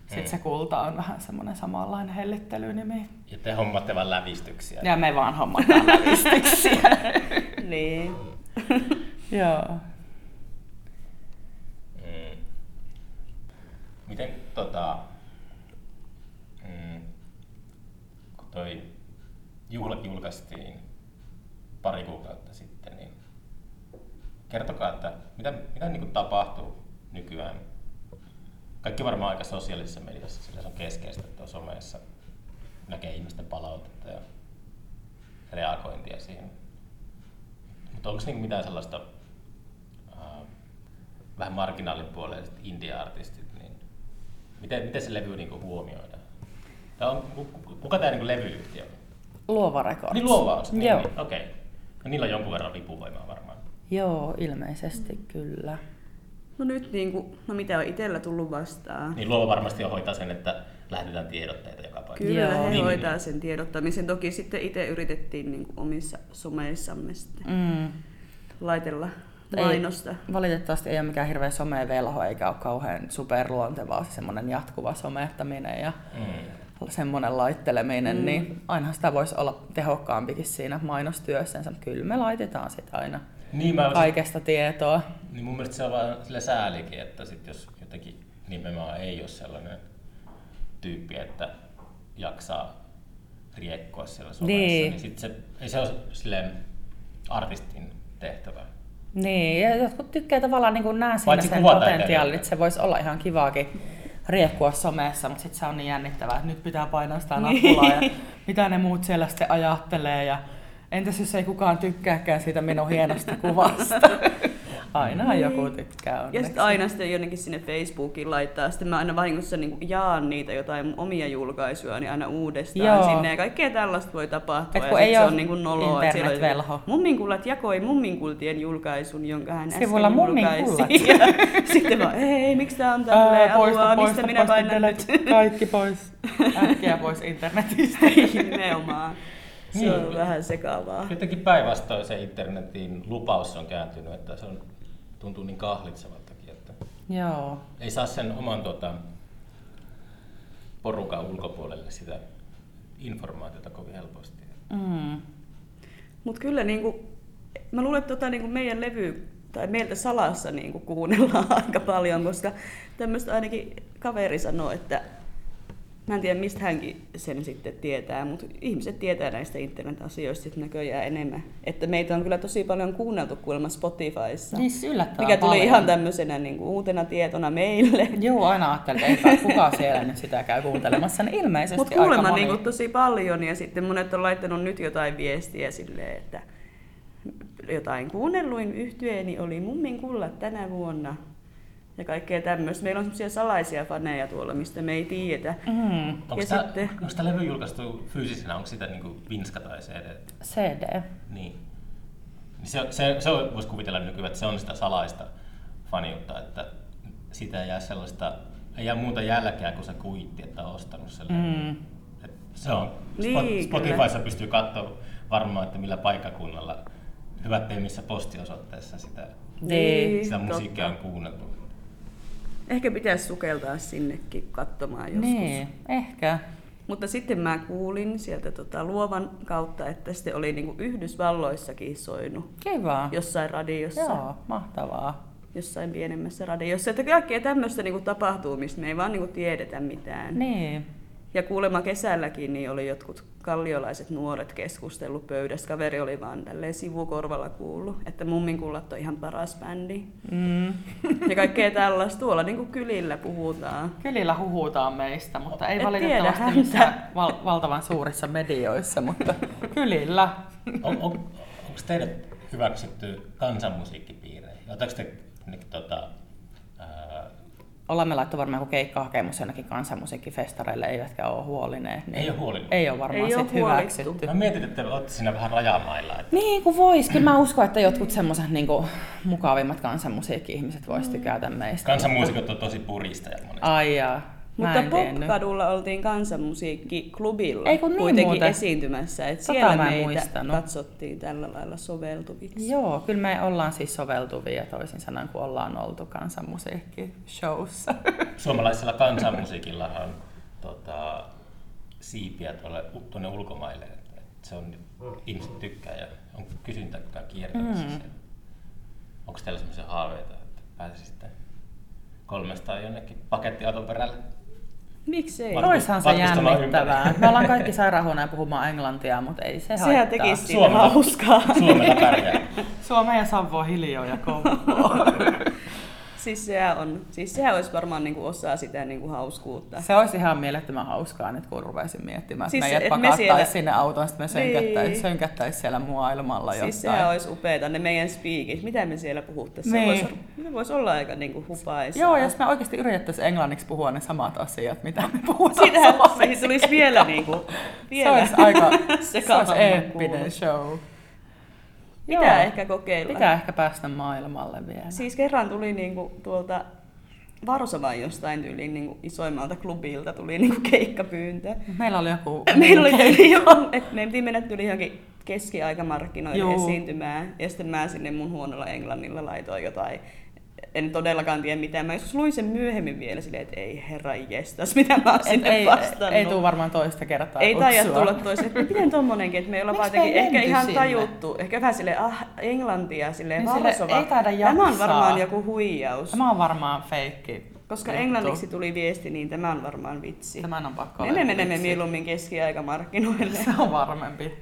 sit
Mm.
se kulta on vähän semmoinen samanlainen hellittelynimi.
Ja te hommaatte vaan lävistyksiä.
Ja me vaan
[LAUGHS]
hommataan lävistyksiä.
Niin.
Joo.
Mm. Miten tota, mm, kun toi juhlat julkaistiin pari kuukautta sitten, niin kertokaa, että mitä, mitä niin kuin tapahtuu nykyään? Kaikki varmaan aika sosiaalisessa mediassa, sillä se on keskeistä, että on somessa näkee ihmisten palautetta ja reagointia siihen. Mutta onko niin mitään sellaista ää, vähän marginaalipuoliset indie-artistit, niin miten, miten se levy niinku huomioidaan? Tää on, ku- ku- kuka tämä niinku levyyhtiö on?
Luova rekords.
Niin luovaus. Niin,
Joo. Ah.
Niin, okei. No, niillä on jonkun verran vipuvoimaa varmaan.
Joo, ilmeisesti kyllä.
No nyt niinku, no mitä on itellä tullut vastaan.
Niin luova varmasti jo hoitaa sen, että lähetetään tiedotteita joka paikkaan.
Kyllä
Joo.
he
Niin,
hoitaa
niin.
sen tiedottamisen. Toki sitten itse yritettiin niinku omissa someissamme sitten
Mm.
laitella
Ei-
mainosta.
Valitettavasti ei ole mikään hirveä somevelho eikä ole kauhean superluontevaa se semmoinen jatkuva somehtaminen ja
Mm.
semmoinen laitteleminen, mm. niin ainahan sitä voisi olla tehokkaampikin siinä mainostyössänsä. mutta Kyllä me laitetaan sitä aina
Niin, mä olisin,
kaikesta tietoa.
niin mun mielestä se on vaan sille säälikin, että sit jos jotenkin nimenomaan ei ole sellainen tyyppi, että jaksaa riekkoa siellä somessa, niin,
Niin.
niin sit se, ei se ole silleen artistin tehtävä.
Niin, ja jotkut tykkää tavallaan niin nähdä siinä
Paitsi
sen
kuvata
potentiaalin,
edelleen.
että se voisi olla ihan kivaakin riekkua somessa, mutta sitten se on niin jännittävää, että nyt pitää painaa sitä
Niin.
nappulaa ja mitä ne muut siellä sitten ajattelee ja entäs jos ei kukaan tykkääkään siitä minun hienosta
[LAUGHS]
kuvasta. Aina joku tykkää
Ja
onneksi.
sitten Niin. aina sitten jonnekin sinne Facebookiin laittaa. Sitten mä aina vahingossa niin jaan niitä jotain mun omia julkaisuja, niin aina uudestaan Joo.
Joo.
sinne. Ja kaikkea tällaista voi tapahtua.
Et
ja
kun
sit
ei
se
oo
on niin kuin noloa. että siellä on-
internetvelho.
Mumminkullat jakoi mumminkultien julkaisun, jonka hän
Sivulla
äsken
Mumminkullat.
julkaisi. [LAUGHS] Ja sitten vaan, hei, miksi tää on tälleen? Apua, mistä minä painan nyt?
kaikki
[LAUGHS]
pois. Äkkiä pois internetistä.
Niin. Nimenomaan. Se on
Niin.
vähän sekavaa.
Jotenkin päinvastoin se internetin lupaus on kääntynyt, että se on, tuntuu niin kahlitsevaltakin, että
Joo.
ei saa sen oman tota, porukan ulkopuolelle sitä informaatiota kovin helposti.
Mm.
Mutta kyllä niinku, mä luulen, että tota, niinku meidän levy tai meiltä salassa niinku kuunnellaan [LAUGHS] aika paljon, koska tämmöistä ainakin kaveri sanoo, että mä en tiedä mistä hänkin sen sitten tietää, mutta ihmiset tietää näistä internet-asioista sit näköjään enemmän. Että meitä on kyllä tosi paljon kuunneltu kuulemma Spotifyssa,
Siis yllättävän
mikä tuli
paljon.
ihan tämmöisenä niinku uutena tietona meille.
Joo, aina ajattelin, että ei kukaan siellä nyt sitä käy kuuntelemassa, niin ilmeisesti
Mutta
aika
kuulemma
moni.
niinku tosi paljon ja sitten monet on laittanut nyt jotain viestiä silleen, että jotain kuunnelluin yhtyeeni oli mummin kullat tänä vuonna ja kaikkea tämmöistä. Meillä on semmoisia salaisia faneja tuolla, mistä me ei tiedetä.
Mm,
Onko
Ja
tämä,
sitten-
onko tämä levy julkaistu fyysisenä, onko sitä niinku vinska tai CD?
CD.
Niin. Niin Se, se, se voisi kuvitella nykyään, että se on sitä salaista faniutta, että sitä jää sellaista, ei jää muuta jälkeä kuin se kuitti, että on ostanut sen.
Mm.
Et Se on.
Niin,
Niin, Spotifyssa kyllä. pystyy katsoa varmaan, että millä paikkakunnalla, hyvät tee missä postiosoitteessa sitä,
Niin,
sitä musiikkia on
totta.
kuunneltu.
Ehkä pitäisi sukeltaa sinnekin katsomaan joskus.
Niin, ehkä.
Mutta sitten mä kuulin sieltä tota luovan kautta, että sitten oli niinku Yhdysvalloissakin soinut
Kiva.
jossain radiossa, Joo.
Ah. Joo, mahtavaa.
jossain pienemmässä radiossa. Että kaikkea tämmöistä niinku tapahtuu, mistä me ei vaan niinku tiedetä mitään.
Niin.
Ja kuulemma kesälläkin niin oli jotkut kalliolaiset nuoret keskustellut pöydässä. Kaveri oli vaan tälleen sivukorvalla kuullut, että mummin kullat on ihan paras bändi. [LAUGHS]
Mm.
Ja kaikkea tällaista. Tuolla niinku kylillä puhutaan.
Kylillä huhutaan meistä, mutta ei
Et
valitettavasti
tiedä
missään val- valtavan suurissa medioissa, mutta kylillä.
On, on, onko teidät hyväksytty kansanmusiikkipiireihin? Oletteko te jonnekin tota, ää,
Ollaan me laittu varmaan joku keikkahakemus jonnekin kansanmusiikkifestareille, eivätkä ole huolineet. Niin
Ei oo huolinut.
Ei ole varmaan
Ei oo
sit
huolittu.
hyväksytty.
Mä mietin, että te olette siinä vähän rajamailla. Että
Niin kuin vois, kyllä mä uskon, että jotkut semmoiset niin mukavimmat kansanmusiikki-ihmiset vois tykätä meistä.
kansanmuusikot on tosi puristajat monesti.
Ai jaa, mä
Mutta
en tiennyt.
Popkadulla oltiin kansanmusiikkiklubilla
Ei kun niin
kuitenkin
muuten.
esiintymässä, että
Tota
siellä
mä en
meitä
muistanut.
katsottiin tällä lailla soveltuviksi.
Joo, kyllä me ollaan siis soveltuvia toisin sanoen, kun ollaan oltu kansanmusiikki-showssa.
Suomalaisella kansanmusiikillahan on tota, siipiä tuolle, tuonne ulkomaille. että Se on, ihmiset tykkää ja on kysyntää koko ajan kiertämässä mm. siellä. Onko teillä sellaisia haaveita, että pääsisitte kolmesta jonnekin pakettiauton perälle?
Miksei?
Varmaan.
Toisaan se
Matkustellaan
jännittävää.
ympäri.
Me ollaan kaikki sairaanhoina puhumaan englantia, mutta ei se
Sehän
haittaa.
tekisi siitä hauskaa.
Suomella pärjää.
Suomea ja Savoa hiljaa ja kovaa.
Siis sehän, on, siis sehän olisi varmaan niinku osa sitä niinku
[LAUGHS]
hauskuutta.
Se olisi ihan mielettömän hauskaa nyt, kun rupesin miettimään,
Siis
siis, meidät
et me
pakattaisiin
siellä-
siellä... sinne autoon, sitten me sönkättäisiin
Niin.
sönkättäis siellä maailmalla jotain.
Siis sehän olisi upeeta, ne meidän speakit, mitä me siellä puhuttaisiin.
Niin.
Se voisi vois olla aika niinku hupaisaa.
Joo, jos me oikeasti yritettäisiin englanniksi puhua ne samat asiat, mitä me puhutaan
Siitähän
suomeksi.
siitä tulisi vielä, niinku,
Se
vielä
olisi
[LAUGHS]
aika se
sekavamman
olisi eeppinen
kuulosta.
show.
Pitää
Joo.
ehkä kokeilla.
Pitää ehkä päästä maailmalle vielä.
Siis kerran tuli niinku tuolta Varsovan jostain tyyliin niinku isoimmalta klubilta tuli niinku keikkapyyntö.
Meillä oli joku...
[LAUGHS] Meillä
[LAUGHS]
oli tyyli johon, [LAUGHS] että me piti mennä tyyli johonkin keskiaikamarkkinoille
Juu.
esiintymään. Ja sitten mä sinne mun huonolla englannilla laitoin jotain. En todellakaan tiedä mitään. Mä joskus luin sen myöhemmin vielä silleen, että ei herra jestas, [LAUGHS] mitä mä oon
Et
sinne
ei,
vastannut.
ei tule varmaan toista kertaa
Ei taida
kutsua.
tulla toiseen. Miten tommonenkin, että me ollaan
Miksi
vaan
me ei
jotenkin ehkä
menty
ihan
sinne?
tajuttu. Ehkä vähän sille ah, englantia, silleen
Niin sille,
Varsova.
ei taida
Tämä on
jaksaa.
varmaan joku
[LAUGHS]
huijaus.
Tämä on varmaan feikki.
Koska
juttu.
englanniksi tuli viesti, niin tämä on varmaan vitsi.
Tämän on pakko
Me
olla
menemme
vitsi.
mieluummin
[LAUGHS]
keskiaikamarkkinoille,
Se on varmempi.
[LAUGHS]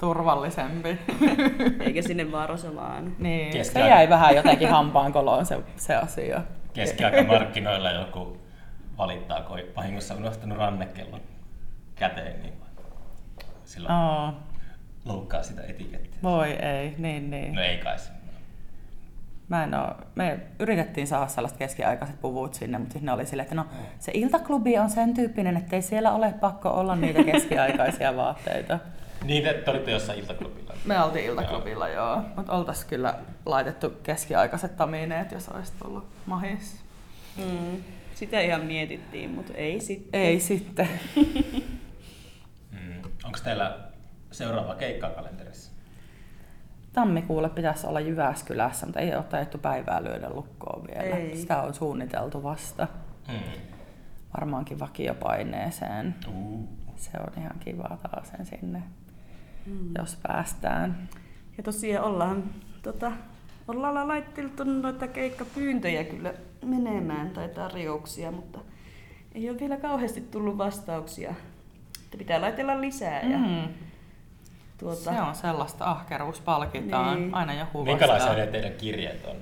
Turvallisempi.
eikä sinne Varsovaan.
niin,
Keskiaika.
se jäi vähän jotenkin hampaan koloon se, se asia.
Keskiaikamarkkinoilla joku valittaa, kun on vahingossa unohtanut rannekellon käteen, niin silloin oh.
Oh,
loukkaa sitä etikettiä.
voi ei, niin niin.
No ei kai se.
Mä en oo, me yritettiin saada sellaiset keskiaikaiset puvut sinne, mutta sitten ne oli silleen, että no se iltaklubi on sen tyyppinen, että ei siellä ole pakko olla niitä [LAUGHS] keskiaikaisia vaatteita.
Niin, te, te olitte jossain iltaklubilla.
Me oltiin iltaklubilla, joo. joo. Mutta oltais kyllä laitettu keskiaikaiset tamineet, jos olisi tullut mahis.
Mm. Sitä ihan mietittiin, mutta ei sitten.
Ei sitten. [LAUGHS]
Mm. Onko teillä seuraava keikka kalenterissa?
Tammikuulle pitäisi olla Jyväskylässä, mutta ei ole taidettu päivää lyödä lukkoon vielä.
Ei.
Sitä on suunniteltu vasta
Mm.
varmaankin vakiopaineeseen.
Uh.
Se on ihan kiva taas sen sinne, mm. jos päästään.
Ja tosiaan ollaan, tota, ollaan laitteltu noita keikkapyyntöjä kyllä menemään tai tarjouksia, mutta ei ole vielä kauheasti tullut vastauksia. Että pitää laitella lisää. Ja,
Mm.
tuota,
Se on sellaista, ahkeruus palkitaan.
Niin.
Niin. Aina joku
Minkälaisia ne
vastaa.
teidän kirjeet on?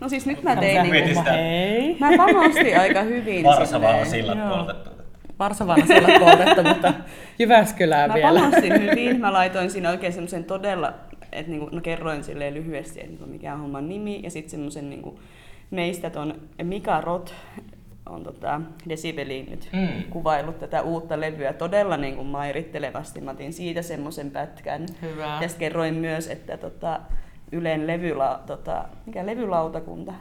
No siis nyt mä
No,
tein,
sehän
niinku,
Mietistä.
Hei!
mä panostin aika hyvin.
Varsavaa
silleen.
sillat
Joo.
poltettu.
Varsovana siellä poltettu, mutta Jyväskylää
Mä
vielä. [LAUGHS]
panostin hyvin, mä laitoin siinä oikein semmoisen todella, että niinku, no kerroin silleen lyhyesti, että niinku mikä on homman nimi, ja sitten semmoisen niinku, meistä ton Mika Rot on tota, Desibeliin nyt
Mm.
kuvaillut tätä uutta levyä todella niinku mairittelevasti. Mä otin siitä semmoisen pätkän.
Hyvä.
Ja sit kerroin myös, että tota, Ylen levyla, tota, mikä levylautakunta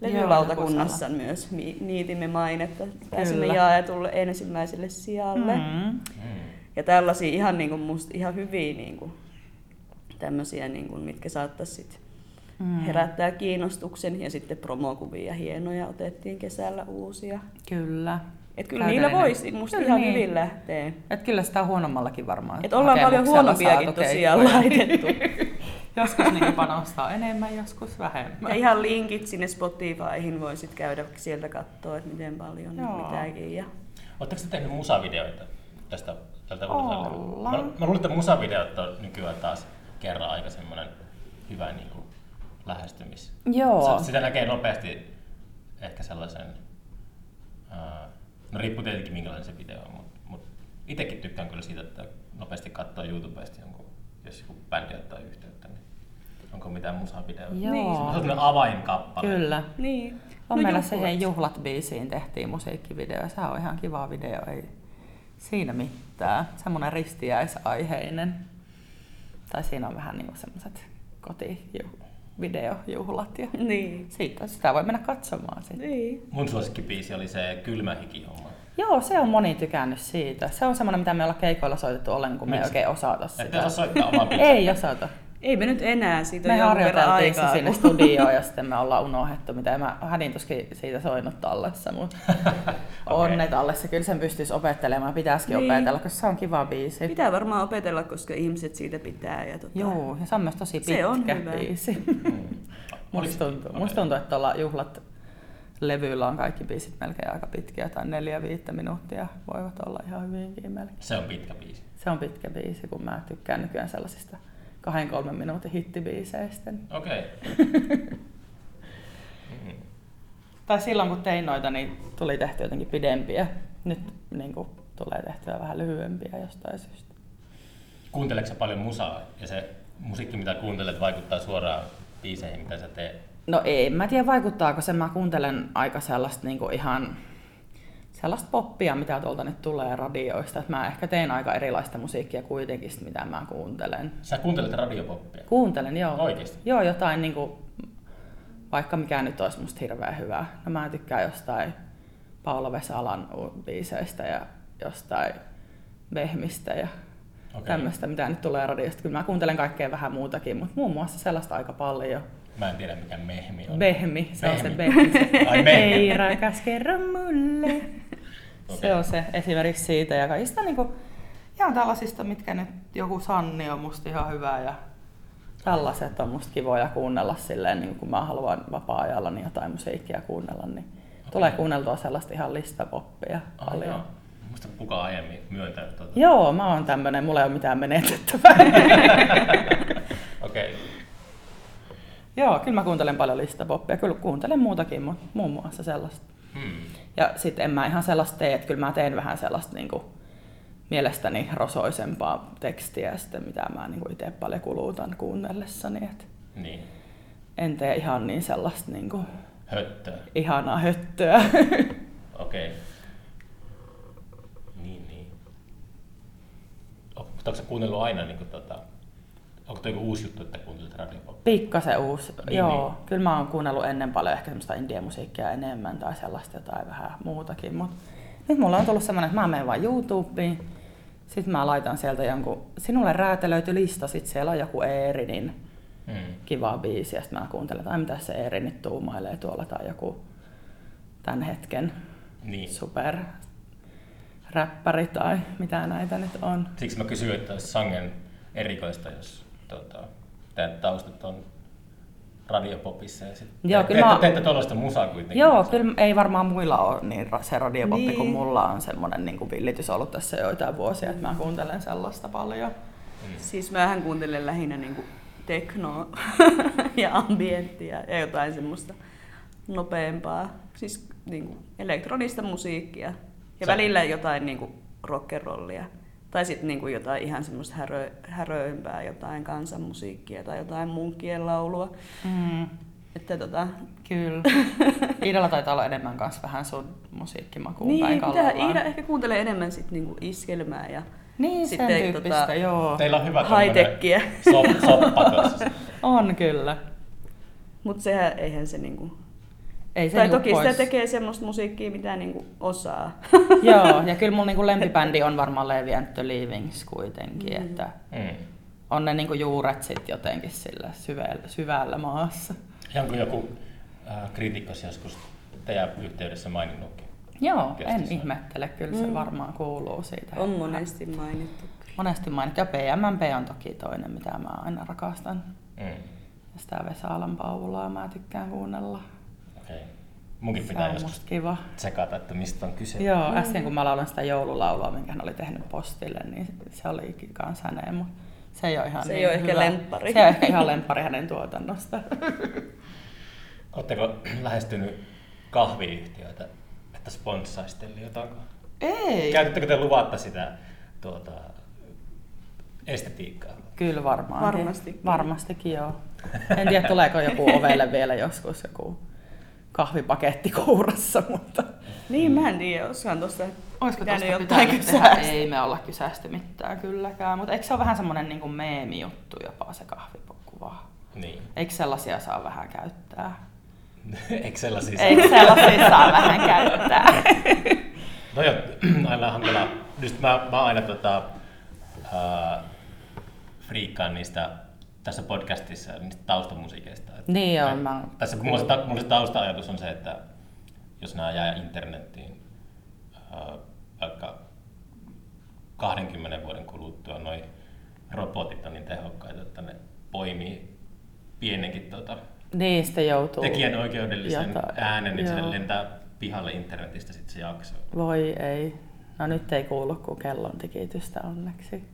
levylautakunnassa myös mi- niitimme mainetta. Pääsimme
Kyllä.
jaetulle ensimmäiselle sijalle. Mm.
Mm.
Mm.
Ja tällaisia ihan, niin kuin musta, ihan hyviä, niin kuin, tämmöisiä, niin kuin, mitkä saattaisi sit
Mm.
herättää kiinnostuksen. Ja sitten promokuvia hienoja otettiin kesällä uusia.
Kyllä.
Et kyllä niillä
Täydellinen.
voisi musta
Kyllä
ihan
niin.
hyvin lähteä.
Et kyllä sitä huonommallakin varmaan.
Et ollaan paljon
hakemuksella
huonompiakin
saatu [LAUGHS]
tosiaan
keikkoja.
laitettu.
Joskus niin panostaa enemmän, joskus vähemmän.
Ja ihan linkit sinne Spotifyhin voi sit käydä sieltä katsoa, että miten paljon Joo.
Joo.
mitäkin. Ja...
Oletteko te tehnyt musavideoita tästä tältä uudelta?
Ollaan.
Mä, mä luulen, että musavideot on nykyään taas kerran aika semmoinen hyvä niin kuin, lähestymis.
Joo.
Se, sitä näkee nopeasti ehkä sellaisen, uh, no riippuu tietenkin minkälainen se video on, mutta mut itsekin tykkään kyllä siitä, että nopeasti katsoo YouTubesta jonkun, jos joku bändi ottaa yhteyttä, niin onko mitään musavideoita.
Joo.
Se on sellainen avainkappale.
Kyllä.
Niin.
On no meillä
juhlat.
siihen juhlat biisiin tehtiin musiikkivideo ja se on ihan kiva video, ei siinä mitään. Semmoinen ristiäisaiheinen. Tai siinä on vähän niinku semmoiset kotivideojuhlat ja
Niin.
siitä, sitä voi mennä katsomaan sitten.
Niin.
Mun suosikkibiisi oli se kylmä hiki homma.
Joo, se on moni tykännyt siitä. Se on semmoinen, mitä me ollaan keikoilla soitettu ollenkaan, kun me ei
Miksi?
oikein osata
Ette
sitä.
osaa soittaa omaa biisiä.
Ei osata.
Ei me nyt enää siitä
Me
on jonkun verran
harjoiteltiin se
aikaa.
sinne
kun-
studioon ja sitten me ollaan unohdettu, mitä mä hädin tuskin siitä soinut tallessa, mutta
[LAUGHS]
okay. onne tallessa. Kyllä sen pystyisi opettelemaan, pitäisikin
Niin.
niin. opetella, koska se on kiva biisi.
Pitää varmaan opetella, koska ihmiset siitä pitää. Ja tota...
Joo, ja se on myös tosi pitkä
Se on hyvä. Mm.
biisi.
Oliko-
[LAUGHS] Mm. musta, tuntuu,
okei.
musta tuntuu, että tuolla juhlat levyllä on kaikki biisit melkein aika pitkiä, tai neljä viittä minuuttia voivat olla ihan hyvinkin melkein.
Se on pitkä biisi.
Se on pitkä biisi, kun mä tykkään nykyään sellaisista kahden kolmen minuutin hittibiiseistä.
Okei. Mm.
Tai silloin kun tein noita, niin tuli tehty jotenkin pidempiä. Nyt niin kuin, tulee tehtyä vähän lyhyempiä jostain syystä.
Kuunteleeko sä paljon musaa ja se musiikki, mitä kuuntelet, vaikuttaa suoraan biiseihin, mitä sä teet?
No ei, en mä tiedä vaikuttaako se. Mä kuuntelen aika sellaista niin kuin ihan sellaista poppia, mitä tuolta nyt tulee radioista. Et mä ehkä teen aika erilaista musiikkia kuitenkin, sit, mitä mä kuuntelen.
Sä kuuntelet radiopoppia.
Kuuntelen, joo.
Oikeesti?
Joo, jotain niin kuin, vaikka mikä nyt olisi musta hirveän hyvää. No mä tykkään jostain Paula Vesalan u- biiseistä ja jostain Vehmistä ja okay.
Okei.
tämmöistä, mitä nyt tulee radiosta. Kyllä mä kuuntelen kaikkea vähän muutakin, mutta muun muassa sellaista aika paljon.
Mä en tiedä, mikä mehmi on.
Vehmi, se on se
Vehmi.
Vehmi. se-
[LAUGHS] Ai mehmi.
Ei rakas, kerro mulle.
Okei.
Se on se esimerkiksi siitä ja kaikista niinku, ihan tällaisista, mitkä nyt joku Sanni on musta ihan hyvä ja tällaiset on musta kivoja kuunnella silleen, niin kun mä haluan vapaa-ajalla niin jotain musiikkia kuunnella, niin okay. tulee kuunneltua sellaista ihan listapoppia
Ah,
paljon.
joo. Muista kukaan aiemmin myöntänyt tuota.
Joo, mä oon tämmönen, mulla ei ole mitään menetettävää. [LAUGHS]
Okei.
Joo, kyllä mä kuuntelen paljon listapoppia. Kyllä kuuntelen muutakin, mutta muun muassa sellaista.
Hmm.
Ja sitten en mä ihan sellaista tee, että kyllä mä teen vähän sellaista niin kuin, mielestäni rosoisempaa tekstiä sitten, mitä mä niin itse paljon kulutan kuunnellessani. Et
Niin.
en tee ihan niin sellaista niin kuin,
Höttöä.
ihanaa höttöä. [LAUGHS]
Okei. Niin, niin. O- Mutta onko sä kuunnellut aina, niin kuin, tota, onko toi joku uusi juttu, että kuuntelet radiopoppia?
Pikkasen uusi.
Niin,
Niin, Joo,
niin.
niin. kyllä mä oon kuunnellut ennen paljon ehkä semmoista indie-musiikkia enemmän tai sellaista jotain vähän muutakin. Mut nyt mulla on tullut semmoinen, että mä menen vaan YouTubeen. Sitten mä laitan sieltä jonkun, sinulle räätälöity lista, sit siellä on joku niin Eerinin
Hmm.
kivaa biisiä, sitten mä kuuntelen, että ai, mitä se Eeri nyt tuumailee tuolla tai joku tämän hetken
Niin.
super räppäri tai mitä näitä nyt on.
Siksi mä kysyin, että olisi sangen erikoista, jos tota, teidän taustat on radiopopissa ja sitten
Joo,
te,
kyllä
teette,
mä-
teette tuollaista musaa kuitenkin.
Joo, kyllä ei varmaan muilla ole niin ra- se radiopoppi, niin. kun
Niin.
mulla on semmoinen niin villitys ollut tässä jo joitain vuosia, että mä kuuntelen sellaista paljon.
Mm.
Siis mähän kuuntelen lähinnä niinku teknoa [LAUGHS] ja ambienttia ja jotain semmoista nopeampaa. Siis niinku elektronista musiikkia ja
Sä-
välillä jotain niinku rock'n'rollia. Tai sitten niinku jotain ihan semmoista härö, häröimpää, jotain kansanmusiikkia tai jotain munkkien laulua.
Mm,
Että tota,
kyllä. [LAUGHS] Iidalla taitaa olla enemmän kanssa vähän sun musiikkimakuun päin
niin, pitää,
kalloillaan.
Iida ehkä kuuntelee enemmän sit niinku iskelmää ja
Niin, sen
Sitten,
tyyppistä,
tota,
joo.
Teillä on hyvä
high-techia.
tommonen sop, soppa tuossa.
On kyllä.
Mutta sehän eihän se niinku
Ei se
tai
niinku
toki
pois.
sitä tekee semmoista musiikkia, mitä niinku osaa. [LAUGHS]
Joo, ja kyllä mun niinku lempibändi on varmaan Levi and the Leavings kuitenkin,
Mm-hmm.
mm. että
Mm.
on ne niinku juuret sit jotenkin sillä syvällä, syvällä maassa.
Onko joku äh, kriitikkos joskus teidän yhteydessä maininnutkin?
Joo, en
Kestis-
ihmettele, kyllä se
Mm.
varmaan kuuluu siitä.
On monesti mainittu.
Monesti mainittu. Ja PMMP on toki toinen, mitä mä aina rakastan.
Mm.
Ja sitä Vesaalan Paulaa mä tykkään kuunnella.
Okei. Munkin
Se
pitää
on
joskus
musta kiva.
tsekata, että mistä on kyse.
Joo, äsken kun mä laulan sitä joululaulua, minkä hän oli tehnyt postille, niin se oli kans häneen, mutta se ei ole ihan
Se ei
niin
ole ehkä
hyvä.
lemppari.
Se ei ole ehkä ihan lemppari hänen
[LAUGHS]
tuotannosta.
Oletteko lähestynyt kahviyhtiöitä, että sponssaisi teille jotakin?
ei!
Käytättekö te luvatta sitä tuota, estetiikkaa?
Kyllä varmaan.
Varmastikin.
Varmastikin joo. En tiedä tuleeko joku ovelle vielä joskus joku kahvipaketti kourassa, mutta...
Niin, mä en tiedä, osaan tuosta
Olisiko
pitänyt
tästä
jotain
pitänyt tehdä?
kysää.
Ei me olla kysästy mitään kylläkään, mutta eikö se ole vähän semmoinen niin meemi-juttu jopa se kahvipokuva?
Niin.
Eikö sellaisia saa vähän käyttää?
[LAUGHS] Eikö sellaisia saa?
Eikö sellaisia saa vähän käyttää?
No joo, [CLEARS THROAT] aina hankala. Nyt mä, mä aina tota, ää, friikkaan niistä tässä podcastissa niistä taustamusiikeista. Et
[LAUGHS] Niin joo, mä-
Tässä kun mulla se, ta- mulla se tausta-ajatus on se, että jos nämä jää internettiin ää, vaikka 20 vuoden kuluttua, noi robotit on niin tehokkaita, että ne poimii pienenkin tota,
Niistä joutuu.
tekijänoikeudellisen
jotain.
äänen, niin
Joo.
se lentää pihalle internetistä sitten se jakso.
Voi ei. No nyt ei kuulu, kun kellon tikitystä onneksi.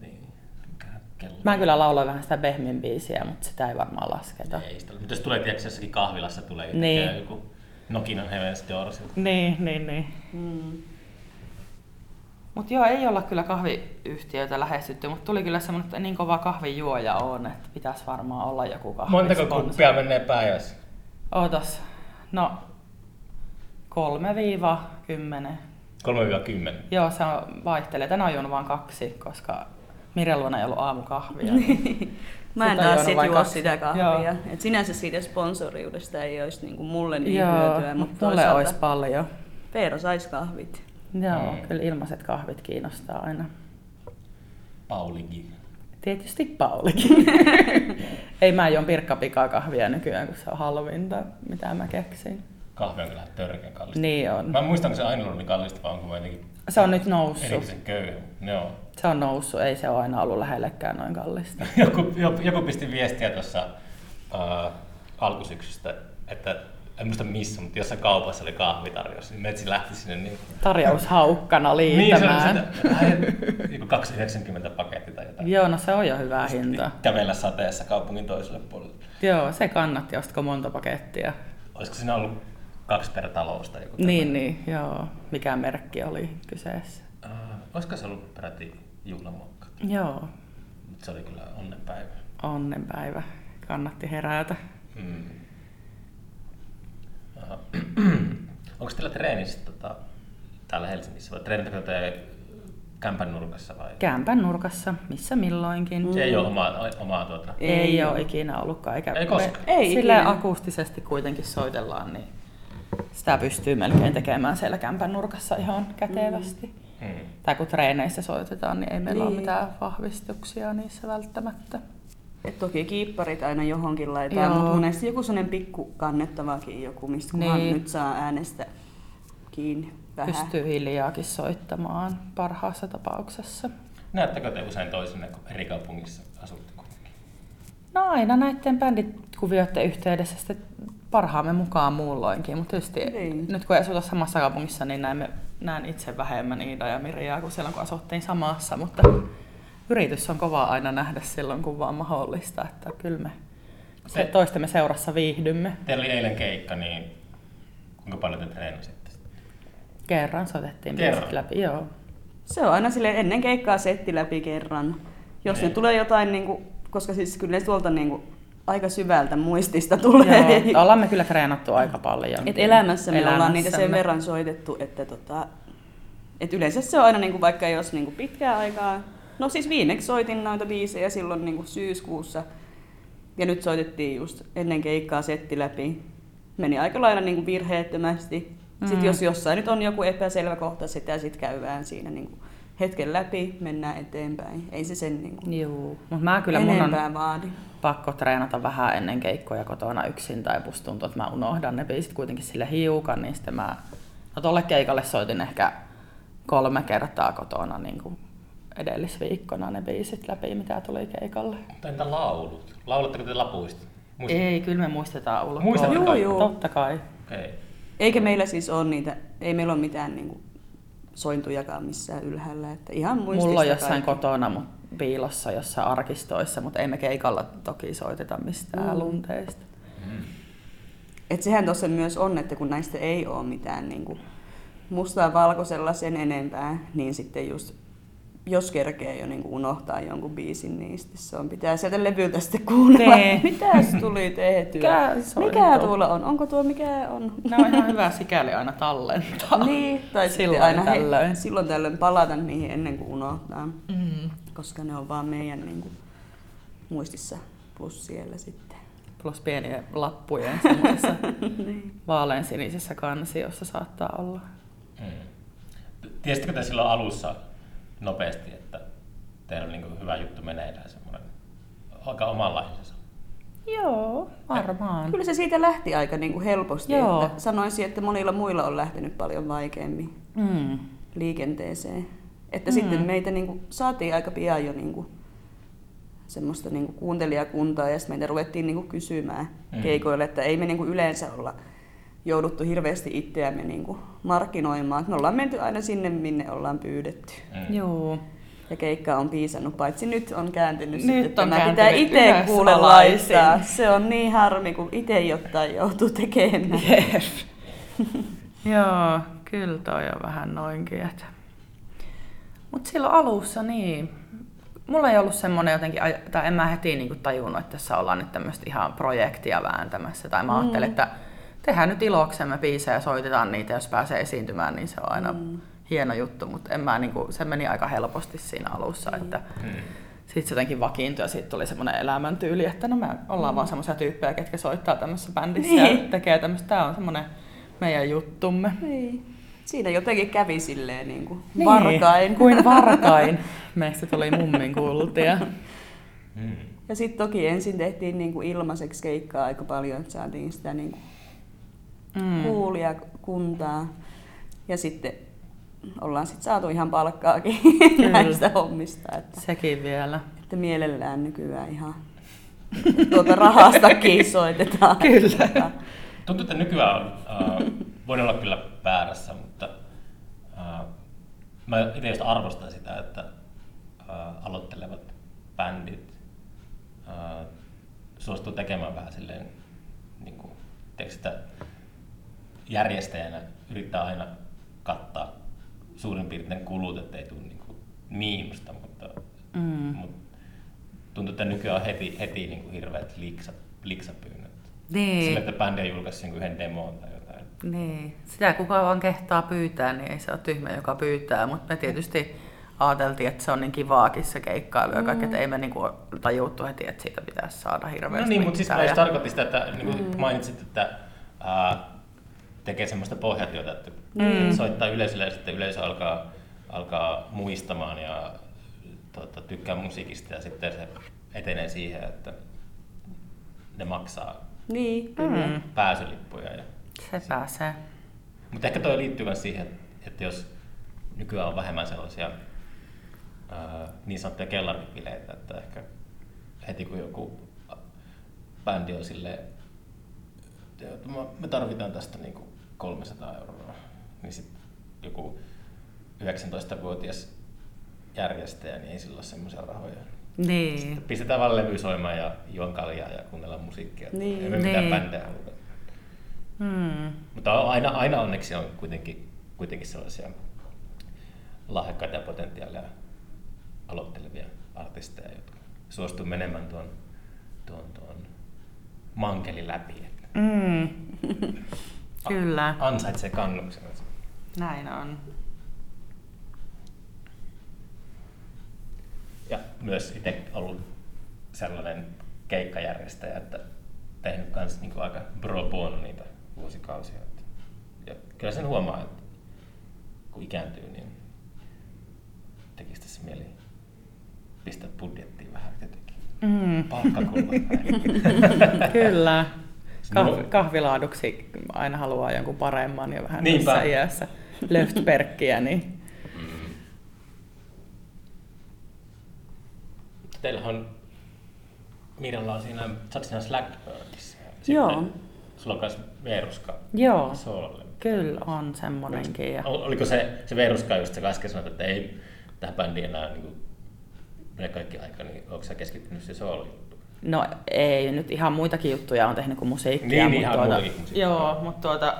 Niin. Mikähän kello?
Mä kyllä lauloin vähän sitä Behmin biisiä, mutta sitä ei varmaan lasketa.
Ei sitä. Mutta jos tulee, tiedätkö, jossakin kahvilassa tulee
Niin.
niin. joku Nokinan Heavens Doorsilta.
Niin, niin, niin.
Mm.
Mutta joo, ei olla kyllä kahviyhtiöitä lähestytty, mutta tuli kyllä semmoinen, että niin kova kahvijuoja on, että pitäisi varmaan olla joku kahvi.
menee päivässä?
Ootas, no 3-10.
3-10.
Joo, se on, vaihtelee. Tänään on juonut vaan kaksi, koska Mirjan luona ei ollut
[LAUGHS]
aamukahvia.
Niin, Mä en
Sitä
taas
juonut
sit
vain
juo
kaksi.
sitä
Joo.
kahvia. Et sinänsä siitä sponsoriudesta ei olisi niinku mulle niin hyötyä, mutta
mulle
toisaalta Niin.
olisi paljon.
Veera sais kahvit.
Joo,
Mm.
kyllä ilmaiset kahvit kiinnostaa aina.
Paulikin.
Tietysti
[LAUGHS]
Paulikin. ei mä juon pirkkapikaa kahvia nykyään, kun se on halvinta, mitä mä keksin.
Kahvi on kyllä törkeä kallista.
Niin on.
Mä en muista, onko se aina ollut niin kallista, vai onko mä jotenkin
Se on nyt noussut.
erityisen köyhä. Joo.
Se on noussut, ei se ole aina ollut lähellekään noin kallista.
[LAUGHS] Joku, joku, joku pisti viestiä tuossa äh, alkusyksystä, että en muista missä, mutta jossain kaupassa oli kahvitarjous, niin metsi lähti sinne niin
Tarjous haukkana
Niin, se on
liitämään.
sitä, vähän joku 290 paketti tai jotain.
Joo, no se on jo hyvä hinta.
Kävellä sateessa kaupungin toiselle puolelle.
Joo, se kannatti, ostako monta pakettia.
Olisiko siinä ollut kaksi per talous tai joku
Niin, niin, joo. Mikä merkki oli kyseessä.
tämmöinen? Äh, olisiko se ollut peräti juhlamokka?
Joo,
Mutta se oli kyllä onnenpäivä.
onnenpäivä. Kannatti herätä.
Mm. Onko teillä treenissä tota, täällä Helsingissä vai treenitkö te kämpän nurkassa vai?
Kämpän nurkassa, missä milloinkin.
Se ei ole omaa, omaa tuota.
Ei ole ikinä ollutkaan. Eikä
Ei koskaan.
Me,
Ei
ei sillä
ikinä.
akustisesti kuitenkin soitellaan, niin sitä pystyy melkein tekemään siellä kämpän nurkassa ihan kätevästi. Mm.
Mm.
Tai kun treeneissä soitetaan, niin ei meillä niin. ole
Niin.
mitään vahvistuksia niissä välttämättä.
Et toki kiipparit aina johonkin laitetaan,
Joo.
mutta monesti joku sellainen pikku kannettavakin joku, mistä kunhan
Niin.
nyt saa äänestä kiinni vähän.
Pystyy hiljaakin soittamaan parhaassa tapauksessa.
Näettekö te usein toisenne, kun eri kaupungissa asutte kuitenkin?
No aina näiden bändikuvioiden yhteydessä sitten parhaamme mukaan muulloinkin, mutta tietysti
Niin.
nyt kun ei asuta samassa kaupungissa, niin näemme, näen itse vähemmän Iida ja Mirjaa kuin silloin kun asuttiin samassa, mutta yritys on kova aina nähdä silloin kun vaan mahdollista, että kyllä me se,
Te-
toistemme seurassa viihdymme.
Teillä oli eilen keikka, niin kuinka paljon te treenasitte?
Kerran soitettiin
Kerran.
biisit läpi, joo.
Se on aina sille ennen keikkaa setti läpi kerran. Jos ne
Niin.
tulee jotain, niin kuin, koska siis kyllä ne tuolta niin kuin, aika syvältä muistista tulee. niin-
joo. Ollaan me kyllä treenattu aika paljon.
Et elämässä me ollaan niitä sen
Elämässämme.
verran soitettu, että tota, et yleensä se on aina niinku, vaikka jos niinku pitkää aikaa, no siis viimeksi soitin noita biisejä silloin niinku syyskuussa ja nyt soitettiin just ennen keikkaa setti läpi meni aika lailla niin kuin virheettömästi. Mm. Sitten jos jossain nyt on joku epäselvä kohta, sitä sitten käydään siinä niin kuin hetken läpi, mennään eteenpäin. Ei se sen niin kuin
Joo, mutta mä kyllä mun on
enempää vaadi.
pakko treenata vähän ennen keikkoja kotona yksin, tai musta tuntuu, että mä unohdan ne biisit kuitenkin sille hiukan, niin sitten mä no tolle keikalle soitin ehkä kolme kertaa kotona niin kuin edellisviikkona ne biisit läpi, mitä tuli keikalle.
Mutta entä laulut? Laulatteko te lapuista? Muista-
Ei, kyllä me muistetaan ulkoa.
Muistatte Joo, kaikki?
joo.
Totta kai.
Okei.
Eikä meillä siis ole niitä, ei meillä ole mitään niin kuin sointujakaan missään ylhäällä. Että ihan muistista
Mulla on jossain
kaikki.
kotona, mutta piilossa jossain arkistoissa, mutta ei me keikalla toki soiteta mistään
Mm.
mm. lunteista.
Mm.
Et sehän tuossa myös on, että kun näistä ei ole mitään niin kuin mustaa valkoisella sen enempää, niin sitten just jos kerkee jo niin kuin unohtaa jonkun biisin, niin sitten se on, pitää sieltä levyltä sitten kuunnella,
Nee.
mitäs tuli tehtyä,
Niin. Mikä
mikä
sointu?
tuolla on, onko tuo mikä on.
Ne on No,
[LAUGHS]
ihan hyvä sikäli aina tallentaa.
niin, tai
Silloin
sitten aina
tällöin.
He, silloin tällöin palata niihin ennen kuin unohtaa,
Mm.
koska ne on vaan meidän niin kuin, muistissa plus siellä sitten.
Plus pieniä lappuja semmoisessa vaaleansinisessä kansiossa saattaa olla.
Mm. T- Tiesittekö te silloin alussa nopeasti, että teillä on niin hyvä juttu meneillään semmoinen aika omanlaisensa?
Joo, varmaan.
Kyllä se siitä lähti aika niin kuin helposti.
Joo.
Että sanoisin, että monilla muilla on lähtenyt paljon vaikeammin
Mm.
liikenteeseen. Että mm. sitten meitä niin kuin, saatiin aika pian jo niin kuin, semmoista niin kuin kuuntelijakuntaa ja sitten meitä ruvettiin niin kuin, kysymään
Mm.
mm. keikoille, että ei me niin kuin, yleensä olla jouduttu hirveästi itseämme niin kuin, markkinoimaan. Me ollaan menty aina sinne, minne ollaan pyydetty.
Mm.
Joo.
Ja keikka on piisannut, paitsi nyt on kääntynyt
Nyt
sitten.
on
Tämä pitää
kääntynyt
itse
ylös
kuule
alaisin.
laittaa. Se on niin harmi, kun itse jotain joutuu tekemään.
Jep. [LAUGHS] Joo, kyllä toi on vähän noinkin. Että. Mut silloin alussa niin, mulla ei ollut semmoinen jotenkin, aj- tai en mä heti niinku tajunnut, että tässä ollaan nyt tämmöistä ihan projektia vääntämässä. Tai mä ajattelin, että tehdään nyt iloksemme biisejä ja soitetaan niitä, jos pääsee esiintymään, niin se on aina mm. hieno juttu. Mutta en mä niinku, se meni aika helposti siinä alussa, että
Mm.
sitten se jotenkin vakiintui ja sitten tuli semmoinen elämäntyyli, että no me ollaan vaan semmoisia tyyppejä, ketkä soittaa tämmöisessä bändissä niin. ja
Niin.
tekee tämmöistä. Tämä on semmoinen meidän juttumme.
Niin. Siinä jotenkin kävi silleen niin kuin
Niin,
varkain.
[LAUGHS] Kuin varkain. [LAUGHS] Meistä tuli mummin kuultia.
Mm.
Ja sitten toki ensin tehtiin niin kuin ilmaiseksi keikkaa aika paljon, että saatiin sitä niin kuin
Mm.
kuulijakuntaa. Ja sitten ollaan sitten saatu ihan palkkaakin
Kyllä.
näistä hommista. Että,
Sekin vielä.
että mielellään nykyään ihan tuota rahastakin soitetaan.
Kyllä.
Tuntuu, että nykyään on, äh, voin olla kyllä väärässä, mutta äh, mä itse just arvostan sitä, että äh, aloittelevat bändit äh, suostuu tekemään vähän silleen, niin kuin, tiedätkö, sitä järjestäjänä yrittää aina kattaa suurin piirtein kulut, ettei tule niin kuin, miinusta, mutta,
Mm.
mutta tuntuu, että nykyään on heti, heti niin kuin hirveät liksa, liksapyynnöt. Sillä,
Niin.
että bändi julkaisi jonkun yhden demon tai jotain.
niin. Sitä kuka vaan kehtaa pyytää, niin ei se ole tyhmä, joka pyytää. Mutta me tietysti ajateltiin, että se on niin kivaakin se keikkailu ja kaikki, että ei me niinku tajuttu heti, että siitä pitäisi saada hirveästi
No niin, mutta siis
mitään
mä just
ja-
tarkoitin sitä, että niin kuin mainitsit, että ää, tekee semmoista pohjatyötä, että
Mm.
soittaa yleisölle ja sitten yleisö alkaa, alkaa muistamaan ja tota, tykkää musiikista ja sitten se etenee siihen, että ne maksaa
Niin, kyllä.
Mm.
pääsylippuja. Ja,
Se pääsee.
Mutta ehkä toi liittyy myös siihen, että jos nykyään on vähemmän sellaisia ää, niin sanottuja kellaripileitä, että ehkä heti kun joku ä, bändi on silleen, että mä- me tarvitaan tästä niinku 300 euroa, niin sitten joku 19-vuotias järjestäjä, niin ei sillä ole semmoisia rahoja.
Niin.
Pistetään vaan levy soimaan ja juon kaljaa ja kuunnellaan musiikkia.
Niin,
ei me mitään
niin.
bändejä haluta.
Mm.
Mutta on aina, aina onneksi on kuitenkin, kuitenkin sellaisia lahjakkaita ja potentiaalia aloittelevia artisteja, jotka suostuu menemään tuon, tuon, tuon mankelin läpi. että
[LAUGHS] Mm. Kyllä,
Ansaitsee kannuksensa.
näin on.
Ja myös itse ollut sellainen keikkajärjestäjä, että tehnyt myös niin aika niinku pro bono niitä vuosikausia. Että- Ja kyllä sen huomaa, että kun ikääntyy, niin tekisi tässä mieli pistää budjettiin vähän jotenkin.
Mm,
Palkkakuluja.
kyllä.
No.
Kahv- kahvilaaduksi aina haluaa jonkun paremman ja vähän
Niinpä.
tässä iässä löftperkkiä, niin
Mm-hmm. Teillähän on, Mirjalla on siinä, sä oot siinä Slackbirdissä.
Joo.
Sulla on myös Veeruska
joo,
soololle.
kyllä on semmonenkin. Ja...
Ol- Oliko se, se Veeruska just se kun äsken sanoit, että ei tähän bändiin enää niin kuin, mene kaikki aika, niin onko sä keskittynyt se soolojuttuun?
No ei, nyt ihan muitakin juttuja on tehnyt kuin musiikkia.
Niin,
mut
ihan
tuota,
muutakin musiikkia.
Joo, mutta tuota,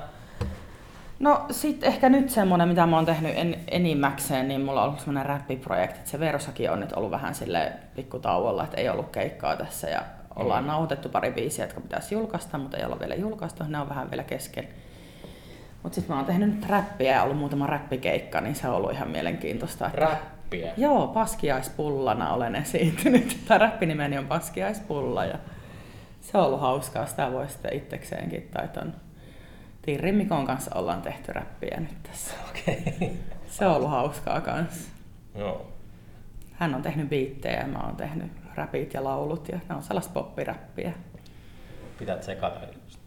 No sit ehkä nyt semmonen, mitä mä oon tehnyt en, enimmäkseen, niin mulla on ollut semmonen räppiprojekti. että Se Verosakin on nyt ollut vähän sille pikkutauolla, että ei ollut keikkaa tässä ja ollaan
Mm.
nauhoitettu pari biisiä, jotka pitäisi julkaista, mutta ei olla vielä julkaistu, ne on vähän vielä kesken. Mut sit mä oon tehnyt nyt räppiä ja ollut muutama räppikeikka, niin se on ollut ihan mielenkiintoista. että-
Räppiä.
Joo, paskiaispullana olen esiintynyt. Tämä räppinimeni on paskiaispulla ja se on ollut hauskaa. Sitä voi sitten itsekseenkin tai ton Tirrin Mikon kanssa ollaan tehty räppiä nyt tässä.
Okei. [LAUGHS]
Se on ollut hauskaa kans.
Joo.
Hän on tehnyt biittejä ja mä oon tehnyt räpit ja laulut ja ne on sellaista poppiräppiä.
Pitää tsekata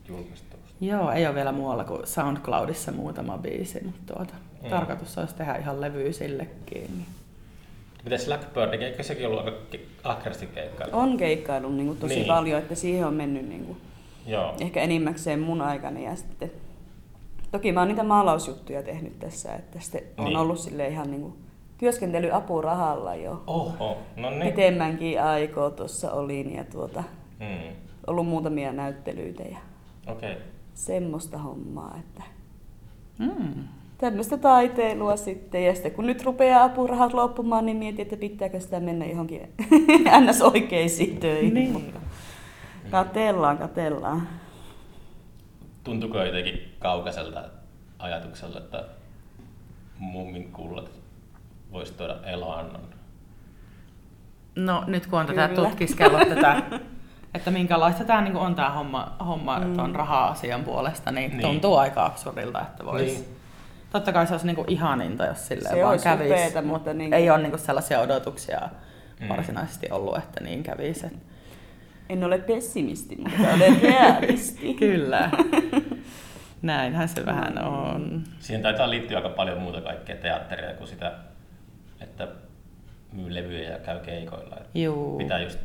julkistusta.
Joo, ei ole vielä muualla kuin SoundCloudissa muutama biisi, mutta tuota,
Mm.
mm. tarkoitus olisi tehdä ihan levy sillekin. niin.
Miten Slackbird, eikö sekin ollut aika ke- ahkerasti keikkailla?
On keikkaillut niin kuin, tosi
Niin.
niin. paljon, että siihen on mennyt niin kuin,
Joo.
ehkä enimmäkseen mun aikana ja sitten toki mä oon niitä maalausjuttuja tehnyt tässä, että sitten on
Niin.
ollut sille ihan niin kuin työskentelyapurahalla jo
Oho, no niin.
pitemmänkin aikaa tuossa olin ja tuota,
Mm.
ollut muutamia näyttelyitä ja
Okei.
semmoista hommaa, että
Mm.
tämmöistä taiteilua sitten ja sitten kun nyt rupeaa apurahat loppumaan, niin mietin, että pitääkö sitä mennä johonkin [LAUGHS] ns. oikeisiin töihin,
Niin.
mutta katellaan, katellaan.
Tuntuuko jotenkin kaukaiselta ajatukselta, että mummin kullat voisi tuoda elannon?
No nyt kun on tätä
Kyllä.
tutkiskellut
[LAUGHS]
tätä, että minkälaista tämä niin on tämä homma, homma mm. tuon raha-asian puolesta, niin,
Niin.
niin, tuntuu aika absurdilta, että voisi.
Niin.
Niin. Totta kai se olisi niin kuin ihaninta, jos silleen
Se
vaan
olisi
kävisi,
upeeta, mutta niin-
ei ole niin kuin sellaisia odotuksia
Mm.
mm. varsinaisesti ollut, että niin kävisi. Et-
En ole pessimisti, mutta olen
[LAUGHS]
realisti.
Kyllä. Näinhän se vähän
Mm.
on.
Siihen taitaa liittyä aika paljon muuta kaikkea teatteria kuin sitä, että myy levyjä ja käy keikoilla. Et
Juu.
Pitää just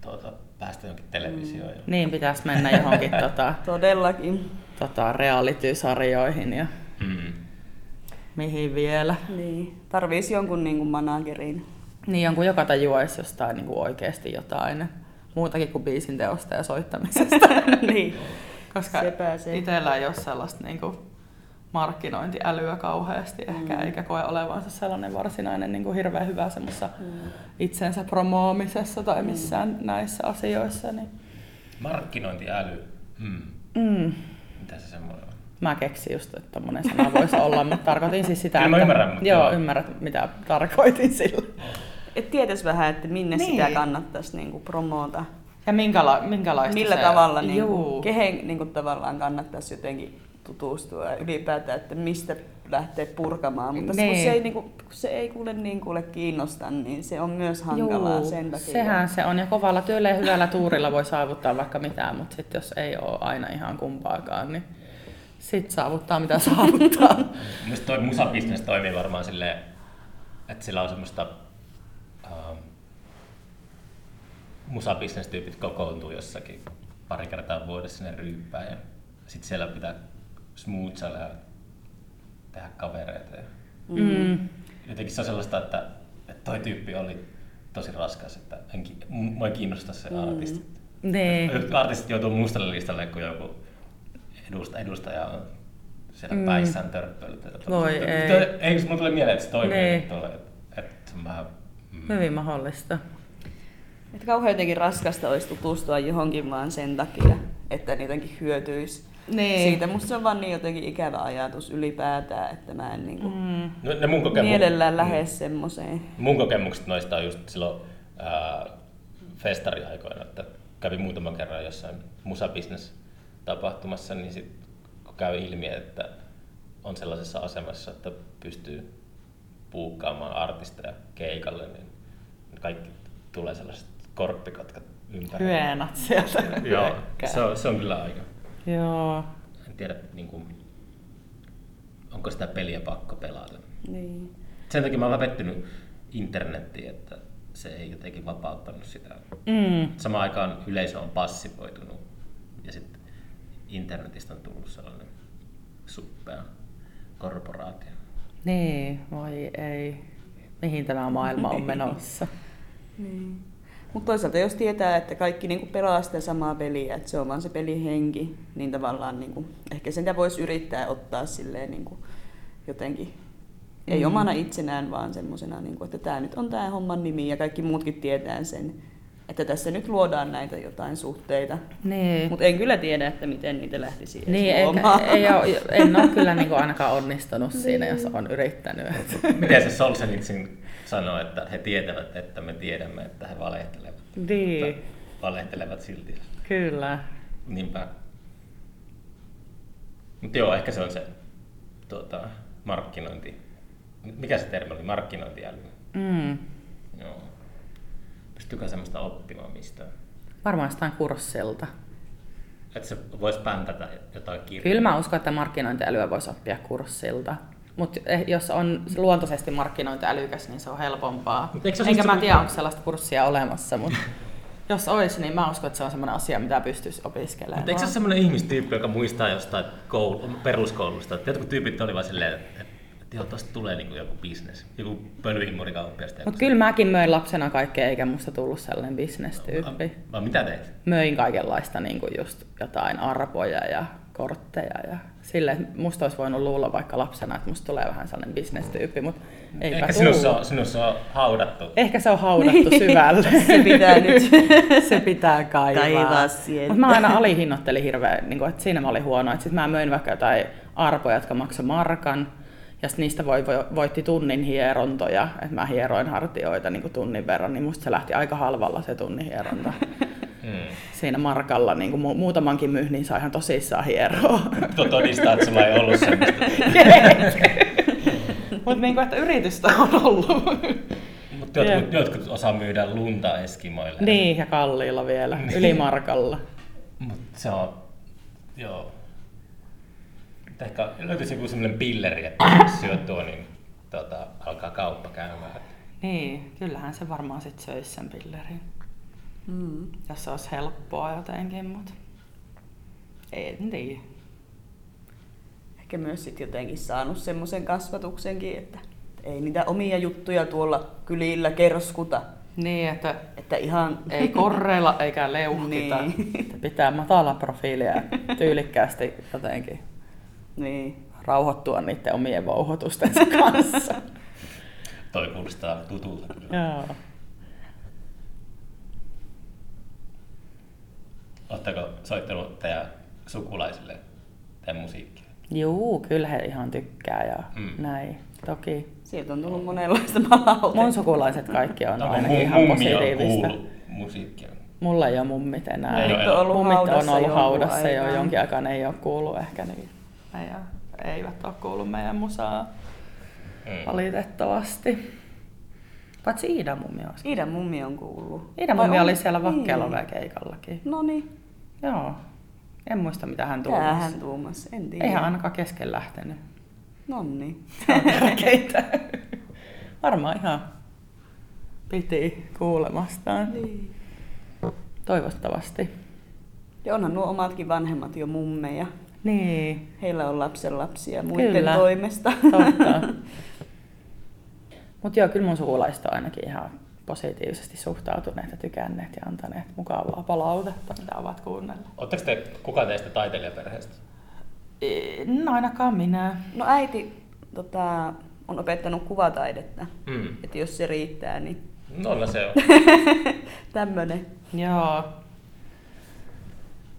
tuota, päästä johonkin televisioon. Mm.
Niin pitäisi mennä johonkin tota,
[LAUGHS] Todellakin.
tota reality-sarjoihin ja
Mm.
mihin vielä.
Niin. Tarvisi jonkun niin kuin managerin. [LAUGHS]
Niin, jonkun joka tajuaisi jostain niin kuin oikeasti jotain. Muutakin kuin biisin teosta ja [LAUGHS] soittamisesta.
niin.
Koska
Se pääsee.
itsellä ei ole sellaista niin kuin markkinointiälyä kauheasti ehkä, mm. eikä koe olevansa sellainen varsinainen niin kuin hirveän hyvä semmoisessa mm. itsensä promoomisessa tai missään mm. näissä asioissa. Niin.
Markkinointiäly. Mm.
Mm.
Mitä se semmoinen on?
Mä keksin just, että tommonen sana voisi olla, mutta tarkoitin siis sitä,
Kyllä mä ymmärrän, mutta
joo,
joo.
ymmärrät, mitä tarkoitin sillä.
Et tietäisi vähän, että minne
Niin.
niin. sitä kannattaisi niin kuin promoota.
Ja minkäla- minkälaista
Millä
se,
tavalla, niin
Juu.
kuin, kehen niin kuin, tavallaan kannattaisi jotenkin tutustua ja ylipäätään, että mistä lähtee purkamaan. Mutta se, kun,
Niin.
se ei, niin kuin, kun se ei kuule niin kuule kiinnosta, niin se on myös hankalaa
Juu,
sen takia.
Sehän se on, ja kovalla työllä ja hyvällä tuurilla voi saavuttaa vaikka mitään, mutta sitten jos ei ole aina ihan kumpaakaan, niin sitten saavuttaa mitä [LAUGHS] saavuttaa.
Mielestäni toi musabisnes toimii varmaan silleen, että sillä on semmoista... Ähm, musabisnestyypit kokoontuu jossakin pari kertaa vuodessa sinne ryyppään ja sitten siellä pitää smootsailla ja tehdä kavereita. Ja
Mm.
jotenkin se on sellaista, että, että toi tyyppi oli tosi raskas, että en, ki- m- mua ei kiinnosta se artisti.
Niin.
Jotkut artistit joutuu mustalle listalle, kun joku edusta, edustaja on siellä mm. päissään törppöillä.
Voi ei.
Ei, ei mulla tulee mieleen, että se toimii
Niin.
niin. tuolla. Että se on vähän... Mm.
Hyvin mahdollista.
Että kauhean jotenkin raskasta olisi tutustua johonkin vaan sen takia, että jotenkin hyötyisi
Niin.
siitä. Musta se on vaan niin jotenkin ikävä ajatus ylipäätään, että mä en niinku
Mm.
No, ne mun, kokemu-
mielellään lähde semmoiseen.
mun kokemukset noista on just silloin ää, festariaikoina, että kävin muutaman kerran jossain musabisnes tapahtumassa, niin sit käy ilmi, että on sellaisessa asemassa, että pystyy puukkaamaan artisteja keikalle, niin kaikki tulee sellaiset korppikatkat ympäri.
Hyönät
[LAUGHS]
sieltä.
Joo,
Hyökkää.
se on, se on kyllä aika.
Joo.
En tiedä, niin kuin, onko sitä peliä pakko pelata.
Niin.
Sen takia mä oon vähän pettynyt internettiin, että se ei jotenkin vapauttanut sitä.
Mm.
Samaan aikaan yleisö on passivoitunut ja sitten internetistä on tullut sellainen suppea korporaatio.
Niin, voi ei. Mihin tämä maailma on [LAUGHS] menossa?
Niin. Mutta toisaalta jos tietää, että kaikki niinku pelaa sitä samaa peliä, että se on vaan se pelihenki, niin tavallaan niinku, ehkä sen voisi yrittää ottaa silleen niinku jotenkin, ei
Mm.
omana itsenään, vaan semmoisena, niinku, että tämä nyt on tämä homman nimi ja kaikki muutkin tietää sen, että tässä nyt luodaan näitä jotain suhteita.
Niin.
Mutta en kyllä tiedä, että miten niitä lähtisi edes
Niin, eikä,
luomaan.
ei
[LAUGHS]
ole, en ole kyllä niin ainakaan onnistunut siinä, jos on yrittänyt. [LAUGHS]
Miten se Solzhenitsin sanoi, että he tietävät, että me tiedämme, että he valehtelevat.
Niin.
Mutta Valehtelevat silti.
kyllä.
Niinpä. Mutta joo, ehkä se on se tuota, markkinointi. Mikä se termi oli? Markkinointiäly.
Mm.
Joo. Pystyykö semmoista oppimaan mistään?
Varmaan jostain kurssilta.
Että se voisi päntätä jotain kirjaa.
Kyllä mä uskon, että markkinointiälyä voisi oppia kurssilta. Mutta jos on luontoisesti markkinointiälykäs, niin se on helpompaa.
Mut eikö se ole
Enkä
semmoista-
mä tiedä, onko sellaista kurssia olemassa,
[LAUGHS]
mutta jos olisi, niin mä uskon, että se on sellainen asia, mitä pystyisi opiskelemaan.
Mutta eikö se ole semmoinen ihmistyyppi, joka muistaa jostain koulu, peruskoulusta? että Jotkut tyypit oli vaan silleen, että että joo, tosta tulee niinku joku bisnes, joku pölyhimmurikauppias.
Mutta kyllä mäkin möin lapsena kaikkea, eikä musta tullut sellainen bisnestyyppi.
Vaan mitä teet?
möin kaikenlaista niin kuin just jotain arpoja ja kortteja ja sille, että musta olisi voinut luulla vaikka lapsena, että musta tulee vähän sellainen bisnestyyppi, mutta eipä
Ehkä
tullut.
sinussa on, sinussa on haudattu.
Ehkä se on haudattu syvälle.
Niin. [LAUGHS] Se pitää nyt
[LAUGHS] se pitää kaivaa.
Kaivaa sieltä.
Mutta mä aina alihinnoittelin hirveän, niin että siinä mä olin huono. Että sit mä möin vaikka jotain arpoja, jotka maksoi markan. Ja sit niistä voi, voi, voitti tunnin hierontoja, että mä hieroin hartioita niin tunnin verran, niin musta se lähti aika halvalla se tunnin
[LAUGHS]
hieronta.
Mm.
Siinä markalla niin kuin muutamankin myhnin saa ihan tosissaan
[LAUGHS]
hieroa.
Tuo todistaa, että sulla ei ollut semmoista.
Mutta niin että yritystä on
[LAUGHS]
ollut.
Mutta jotkut,
Jep.
jotkut osaa myydä lunta Eskimoille.
niin, ja kalliilla vielä, yli markalla.
Mutta se on, joo. Mut Ehkä löytyisi joku semmoinen pilleri, että jos syö tuo, niin tota, alkaa kauppa käymään.
Niin, kyllähän se varmaan sitten söisi sen pillerin,
Mm.
jos se olisi helppoa jotenkin, mutta en tiedä.
ehkä myös sit jotenkin saanut semmoisen kasvatuksenkin, että ei niitä omia juttuja tuolla kylillä kerskuta.
Niin, että
Että ihan
ei korreilla eikä leuhkita.
Niin.
Että Pitää matala profiilia ja tyylikkäästi jotenkin
niin.
rauhoittua niiden omien vouhotustensa kanssa.
Toi kuulostaa tutulta. kyllä.
Joo.
Oletteko soittanut teidän sukulaisille teidän musiikkia?
Juu, kyllä he ihan tykkää ja
Mm.
mm. näin, toki.
Sieltä on tullut monenlaista palautetta.
Mun sukulaiset kaikki on
Onko
No, ainakin
mu-
ihan
mummi on
positiivista.
kuullut musiikkia?
Mulla ei ole mummit enää.
Ei
Mummit
ole.
on ollut
Mummit on
haudassa
ollut
jonkun
haudassa jo
aikaa.
jonkin aikaa, ne ei ole kuullut ehkä niin. Meidän, eivät ole kuullut meidän musaa
Mm.
valitettavasti. Paitsi Iida mummi olisi.
Iida mummi on kuullut.
Iida
Vai
mummi
on-
oli siellä
Niin.
Vakkealovea-keikallakin.
No niin,
Joo. En muista mitä hän
tää
tuumasi.
hän tuumas, en tiedä.
Ei hän ainakaan kesken lähtenyt. [LAUGHS]
No niin.
Se on tärkeintä. [LAUGHS] Varmaan ihan piti kuulemastaan.
niin.
Toivottavasti.
Ja onhan nuo omatkin vanhemmat jo mummeja.
Niin,
Heillä on lapsen lapsia muiden
Kyllä.
toimesta.
totta. Mutta joo, kyllä mun sukulaiset on ainakin ihan positiivisesti suhtautuneet ja tykänneet ja antaneet mukavaa palautetta, mitä ovat kuunnelleet.
Oletteko te kukaan teistä taiteilijaperheestä?
Ei, No ainakaan minä.
[LAUGHS] No äiti tota, on opettanut kuvataidetta.
Mm.
Että jos se riittää, niin
No, no se on.
tämmönen.
Joo.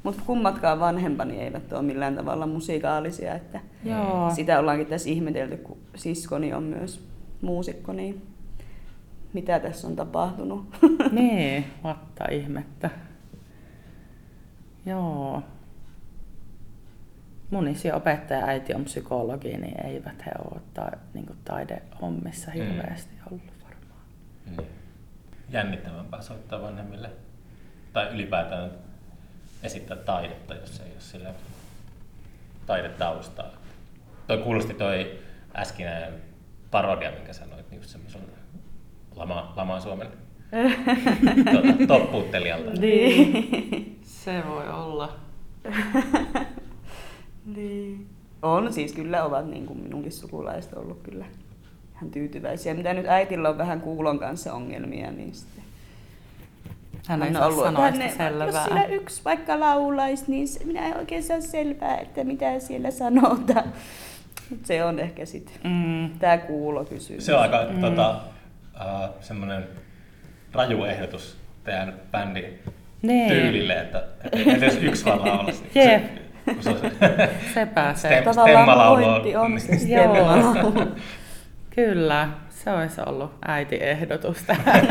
Mutta kummatkaan vanhempani eivät ole millään tavalla musikaalisia, että
Joo.
sitä ollaankin tässä ihmetelty, kun siskoni on myös muusikko, niin mitä tässä on tapahtunut?
[LAUGHS]
[LAUGHS]
Niin, vatta ihmettä. Joo. mun isi opettaja äiti on psykologi, niin eivät he ole ta- niin taidehommissa hirveästi ollut varmaan.
Niin. Jännittävämpää soittaa vanhemmille tai ylipäätään esittää taidetta, jos ei ole sillä taidetaustaa. Toi kuulosti toi äskinen parodia, minkä sanoit, niin just semmoiselta lama, lama
[LAUGHS]
Suomen tuota, toppuuttelijalta.
[LAUGHS]
Niin.
Se voi olla.
niin. On siis kyllä ovat niin kuin minunkin sukulaiset ollut kyllä ihan tyytyväisiä. Mitä nyt äitillä on vähän kuulon kanssa ongelmia, niin sitten
Hän ei saa sanoa sitä
Jos sinä
selvää.
yksi vaikka laulaisi, niin se- minä en oikein saa selvää, että mitä siellä sanotaan. Mut se on ehkä sitten
Mm.
tämä kuulokysymys.
Se on aika mm. tota, äh, semmoinen raju ehdotus teidän bändin
Niin.
tyylille, että, että ei edes yksi vaan laula. Se-
Jep.
kun se on se- [LAUGHS]
Se pääsee.
Stem-
Tavallaan
stemmalaulu
pointti on se
Niin.
Joo.
stemmalaulu.
Kyllä, se olisi ollut äitin ehdotus
[LAUGHS]
tähän,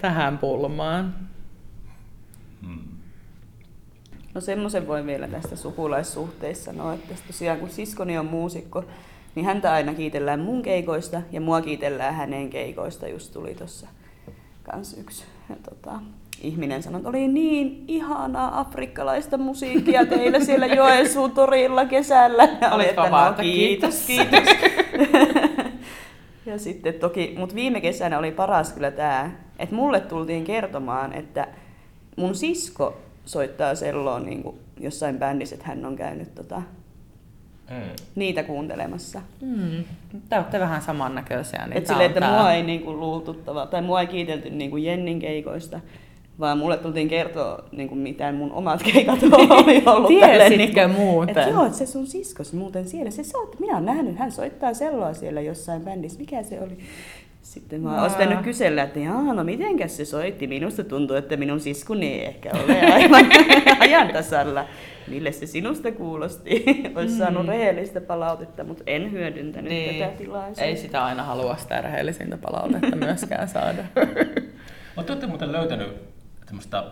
tähän pulmaan.
Mm.
No semmoisen voi vielä tästä sukulaissuhteessa sanoa, että tosiaan kun siskoni on muusikko, niin häntä aina kiitellään mun keikoista ja mua kiitellään hänen keikoista. Just tuli tuossa kans yksi tota, ihminen sanoi, että oli niin ihanaa afrikkalaista musiikkia teillä siellä Joensuun torilla kesällä. Ja oli, että no,
vapaata,
kiitos, kiitos. Ja sitten toki, mutta viime kesänä oli paras kyllä tämä, että mulle tultiin kertomaan, että mun sisko soittaa selloa niin kuin jossain bändissä, että hän on käynyt tota,
Mm.
niitä kuuntelemassa.
Mm. Te olette vähän samannäköisiä. Niin
Niin Hmm. et
tää
sille,
on
että
tää.
mua ei niin kuin luultuttava, tai mua ei kiitelty niin kuin Jennin keikoista, vaan mulle tultiin kertoa, niin kuin mitä mun omat [LAUGHS] keikat oli ollut. tälleen, niin
Tiesitkö
kuin-
muuten?
Et joo, että se sun siskos muuten siellä. Se soit, minä olen nähnyt, hän soittaa selloa siellä jossain bändissä. Mikä se oli? Sitten mä
Vau.
oon pitänyt kysellä, että jaa, no mitenkäs se soitti. Minusta tuntuu, että minun siskuni ei ehkä ole aivan [LAUGHS] ajan tasalla. Mille se sinusta kuulosti? [LAUGHS] Olisi saanut rehellistä palautetta, mutta en hyödyntänyt
Mm. Niin.
tätä tilaisuutta.
Ei sitä aina halua sitä rehellisintä
[LAUGHS]
palautetta myöskään saada.
Mutta olette muuten löytänyt tämmöistä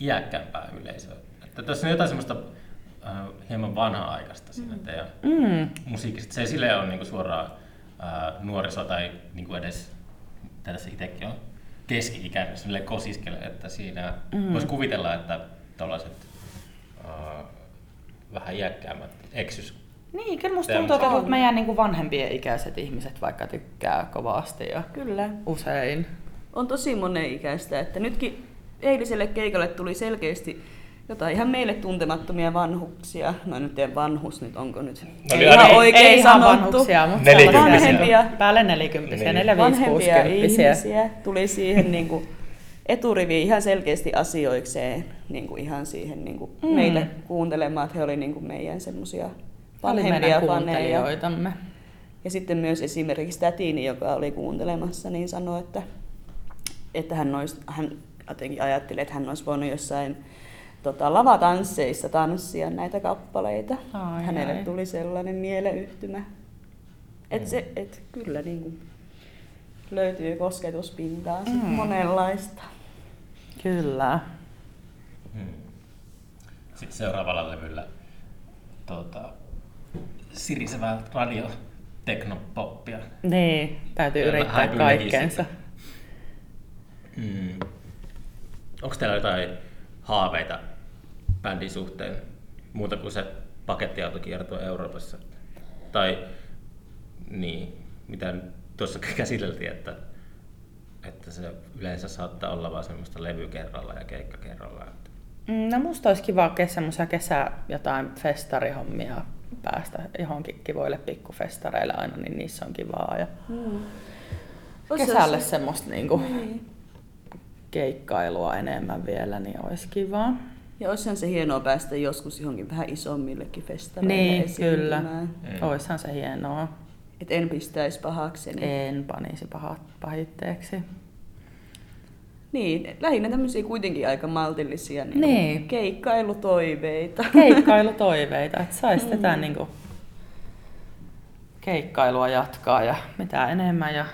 iäkkäämpää yleisöä. Että tässä on jotain semmoista äh, hieman vanha-aikaista siinä teidän
Hmm.
Mm.
musiikissa. Se ei silleen ole niinku suoraan äh, nuoriso tai niinku edes, mitä tässä itsekin on, keski-ikäinen, silleen kosiskele, että siinä mm. voisi kuvitella, että tällaiset äh, vähän iäkkäämmät eksys.
Niin, kyllä musta
Tämä
tuntuu, että
on-
mut meidän niin kuin vanhempien ikäiset ihmiset vaikka tykkää kovasti ja
Kyllä.
usein.
on tosi monen ikäistä, että nytkin eiliselle keikalle tuli selkeästi jotain ihan meille tuntemattomia vanhuksia. No nyt tiedän vanhus nyt, onko nyt
No
ei
niin,
ihan
ei-
oikein
ei ihan
sanottu.
vanhuksia, mutta
Nelikymppisiä.
vanhempia.
Vanhempia.
Päälle nelikymppisiä,
Niin.
neljä, viisi,
Vanhempia
kuusikymppisiä.
ihmisiä tuli siihen [LAUGHS] niin kuin eturiviin ihan selkeästi asioikseen, niin kuin ihan siihen niin kuin
Mm.
mm. meitä kuuntelemaan, että he olivat niin kuin meidän semmoisia
Oli meidän
vanhempia faneja.
kuuntelijoitamme.
Ja sitten myös esimerkiksi tätini, joka oli kuuntelemassa, niin sanoi, että, että hän, olisi, hän jotenkin ajatteli, että hän olisi voinut jossain tota, lavatansseissa tanssia näitä kappaleita.
Ai,
Hänelle
ai.
tuli sellainen mieleyhtymä.
Mm.
Et se, et kyllä niin kuin löytyy kosketuspintaa mm.
Mm.
monenlaista.
Kyllä.
Hmm. Sitten seuraavalla levyllä tuota, sirisevää radio teknopoppia.
Niin, täytyy
Kyllä,
yrittää
vähän kyllä niissä.
kaikkeensa.
Mm. Onko teillä jotain haaveita bändin suhteen muuta kuin se pakettiautokierto Euroopassa? Tai niin, mitä nyt tuossa [LAUGHS] käsiteltiin, että, että se yleensä saattaa olla vaan semmoista levy kerrallaan ja keikka kerrallaan. että-
Mm, No musta olisi kiva ke- semmoisia kesä jotain festarihommia päästä johonkin kivoille pikkufestareille aina, niin niissä on kivaa. Ja
Mm.
kesälle semmoista niinku
Niin.
keikkailua enemmän vielä, niin olisi kivaa.
Ja olisihan se hienoa päästä joskus johonkin vähän isommillekin festareille
niin, kyllä.
esiintymään.
Mm. Oishan se hienoa.
Et en pistäisi pahakseni.
En panisi pahat, pahitteeksi.
Niin, lähinnä tämmöisiä kuitenkin aika maltillisia niin
Niin. [LAUGHS]
niin. keikkailutoiveita.
Keikkailutoiveita, että saisi tätä niinku keikkailua jatkaa ja mitä enemmän ja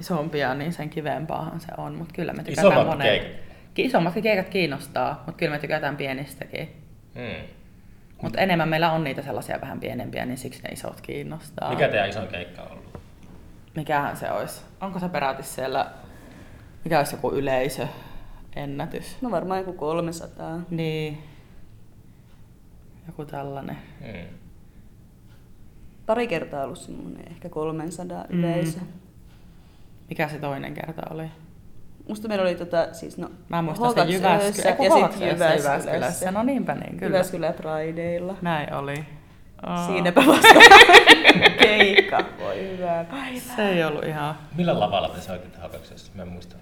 isompia, niin sen kivempaahan se on. Mutta kyllä me tykätään
Isommat
monen...
keikat.
Ki- Isommatkin keikat kiinnostaa, mutta kyllä me tykätään pienistäkin.
Mm.
Mutta enemmän meillä on niitä sellaisia vähän pienempiä, niin siksi ne isot kiinnostaa.
Mikä teidän isoin keikka on ollut?
Mikähän se olisi? Onko se peräti siellä, mikä olisi joku yleisöennätys?
[LAUGHS] No varmaan joku 300.
Niin, joku tällainen.
Hmm.
Pari kertaa ollut semmoinen ehkä 300 yleisö.
Mm. Mikä se toinen kerta oli?
Musta meillä oli tota, siis no,
Mä muistan sitä
Hookaksöössä
Jyväskylässä.
ja sitten
Jyväskylässä.
Jyväskylässä.
Jyväskylässä. No niinpä niin, kyllä.
Jyväskylä Prideilla.
Näin oli. Aa.
Siinäpä
[LAUGHS]
vasta keikka. Voi hyvää päivää.
Se ei ollut ihan...
Millä lavalla te soititte Hakaksessa? Mä en muista.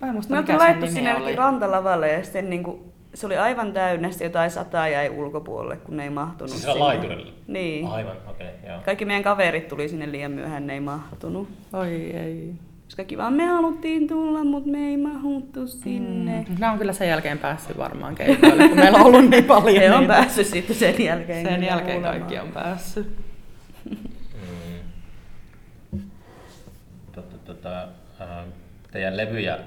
Mä en muista,
Me
mikä
oltiin
sen
laittu
nimi
sinne
oli.
jonnekin rantalavalle ja sitten niinku, se oli aivan täynnä, sitten jotain sataa jäi ulkopuolelle, kun ne ei mahtunut
Siis siellä laiturilla?
Niin.
Aivan, okei, okay, joo.
Kaikki meidän kaverit tuli sinne liian myöhään, ne ei mahtunut.
Oi ei.
Koska kiva, me haluttiin tulla, mutta me ei mahuttu sinne. [LAUGHS]
Mm. Nämä on kyllä sen jälkeen päässyt varmaan keikoille, kun meillä on ollut niin paljon.
Ne on
niitä.
päässyt sitten sen jälkeen.
Sen
kyllä
jälkeen
kuulemaan.
kaikki on päässyt.
Mm. Tota, tota, ähm, teidän levyjä,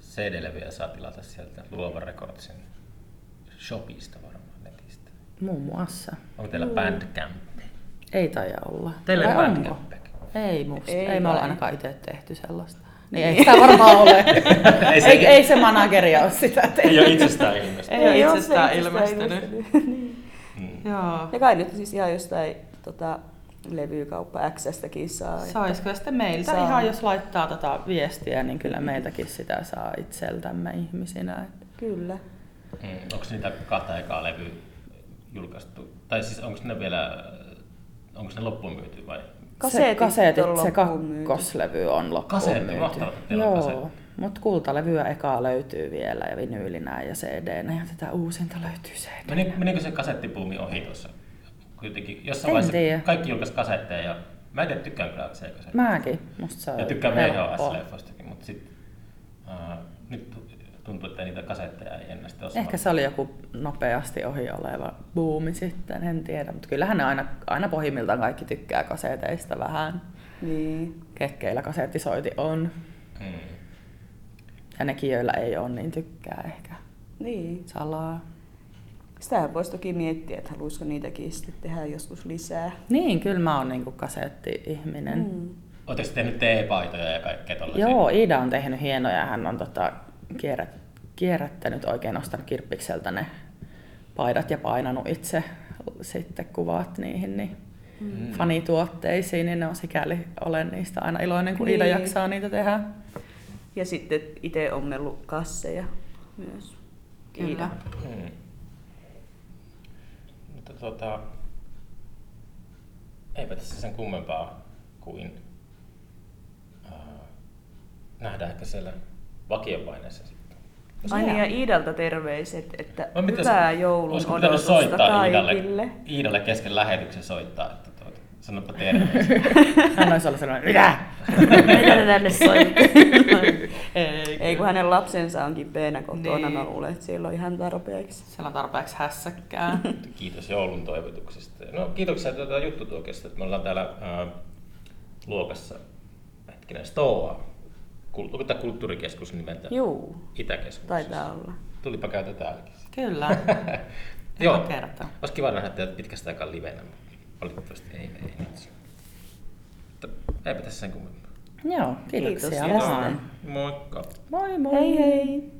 CD-levyjä saa tilata sieltä Luova Recordsin shopista varmaan netistä.
Muun muassa.
Onko teillä Bandcamp?
Ei taida olla.
Teillä on
Mm. Vai onko?
Bandcamp. [LAUGHS]
Ei musta. Ei,
Ei
ei me
kai.
olla ainakaan itse tehty sellaista. Niin ei sitä varmaan ole.
Ei
ei,
se-
se, [LAUGHS] ei, ei se manageri ole sitä tehnyt.
[LAUGHS] Ei ole itsestään ilmeisesti.
Ei ole
Ei oo se
itsestään ilmestynyt.
ilmestynyt. [LAUGHS] Niin.
Mm.
Joo.
Ja kai nyt siis ihan jostain tota, levykauppa X-stäkin saa. että-
Saisiko sitten meiltä
Saa.
ihan, jos laittaa tota viestiä, niin kyllä meiltäkin sitä saa itseltämme ihmisinä. että-
Kyllä.
Mm. Onko niitä kahta ekaa levyä julkaistu? Tai siis onko ne vielä, onko ne loppuun myyty vai?
se,
Kasetit
kasetit
on
se
loppuun myyty.
kakkoslevy on loppuun
Kasetti,
myyty.
mahtavaa, että teillä on
Joo,
kasetti.
mutta kultalevyä ekaa löytyy vielä ja vinyylinä ja cd ja tätä uusinta löytyy cd
Meni, menikö se kasettipuumi ohi tuossa? Kuitenkin jossain
En
vaiheessa
tiedä.
kaikki julkaisi kasetteja ja mä en tiedä tykkään kyllä se kasetteja.
Mäkin, musta se on
Ja tykkään
helppoa.
VHS-leffoistakin, mutta sit, äh, nyt tu- tuntuu, että niitä kasetteja ei enää sitten ole
Ehkä se oli joku nopeasti ohi oleva buumi sitten, en tiedä. Mutta kyllähän ne aina, aina pohjimmiltaan kaikki tykkää kaseteista vähän.
Niin.
Ketkeillä kasettisoiti on.
Mm.
Ja nekin, joilla ei ole, niin tykkää ehkä
Niin.
salaa.
Sitähän voisi toki miettiä, että haluaisiko niitäkin sitten tehdä joskus lisää.
Niin, kyllä mä oon niinku kasetti-ihminen. Mm.
Oletteko te tehnyt teepaitoja ja kaikkea tollaisia?
Joo, Iida on tehnyt hienoja. ja Hän on tota, kierrät, kierrättänyt oikein, ostanut kirppikseltä ne paidat ja painanut itse sitten kuvat niihin niin mm. fanituotteisiin, niin ne on sikäli, olen niistä aina iloinen, kun niin. Iida
Niin.
jaksaa niitä tehdä.
Ja sitten itse ommellut kasseja myös. Kiida.
Mm. Mutta tota, eipä tässä sen kummempaa kuin äh, nähdään ehkä siellä vakiopaineessa sitten.
Aina ja Iidalta terveiset, että
Vai mitä
hyvää
se-
joulun
No, olisiko pitänyt
odotusta
soittaa
kaikille.
[LAUGHS] Iidalle, Iidalle kesken lähetyksen soittaa, että tuota, sanoppa
[LAUGHS]
terveisiä.
Hän olisi ollut sellainen, mitä?
Mitä te tänne soitte?
Ei,
Ei kun hänen lapsensa on kipeänä kotona,
Niin.
niin. mä luulen, että siellä on ihan tarpeeksi.
Siellä on tarpeeksi hässäkkää.
Kiitos joulun toivotuksista. No kiitoksia tuota juttutuokesta, että me ollaan täällä ää, luokassa hetkinen Stoa. Kul- onko tämä kulttuurikeskus nimeltä?
Juu,
Itäkeskuksessa.
taitaa olla.
Tulipa käytä
[LAUGHS]
täälläkin.
kyllä,
Joo,
kerta.
olisi kiva nähdä teidät pitkästä aikaa livenä, mutta valitettavasti ei, ei nyt. Mutta eipä tässä sen kummempaa.
Joo, kiitoksia
Kiitos
vaan.
Moikka.
Moi moi.
Hei hei!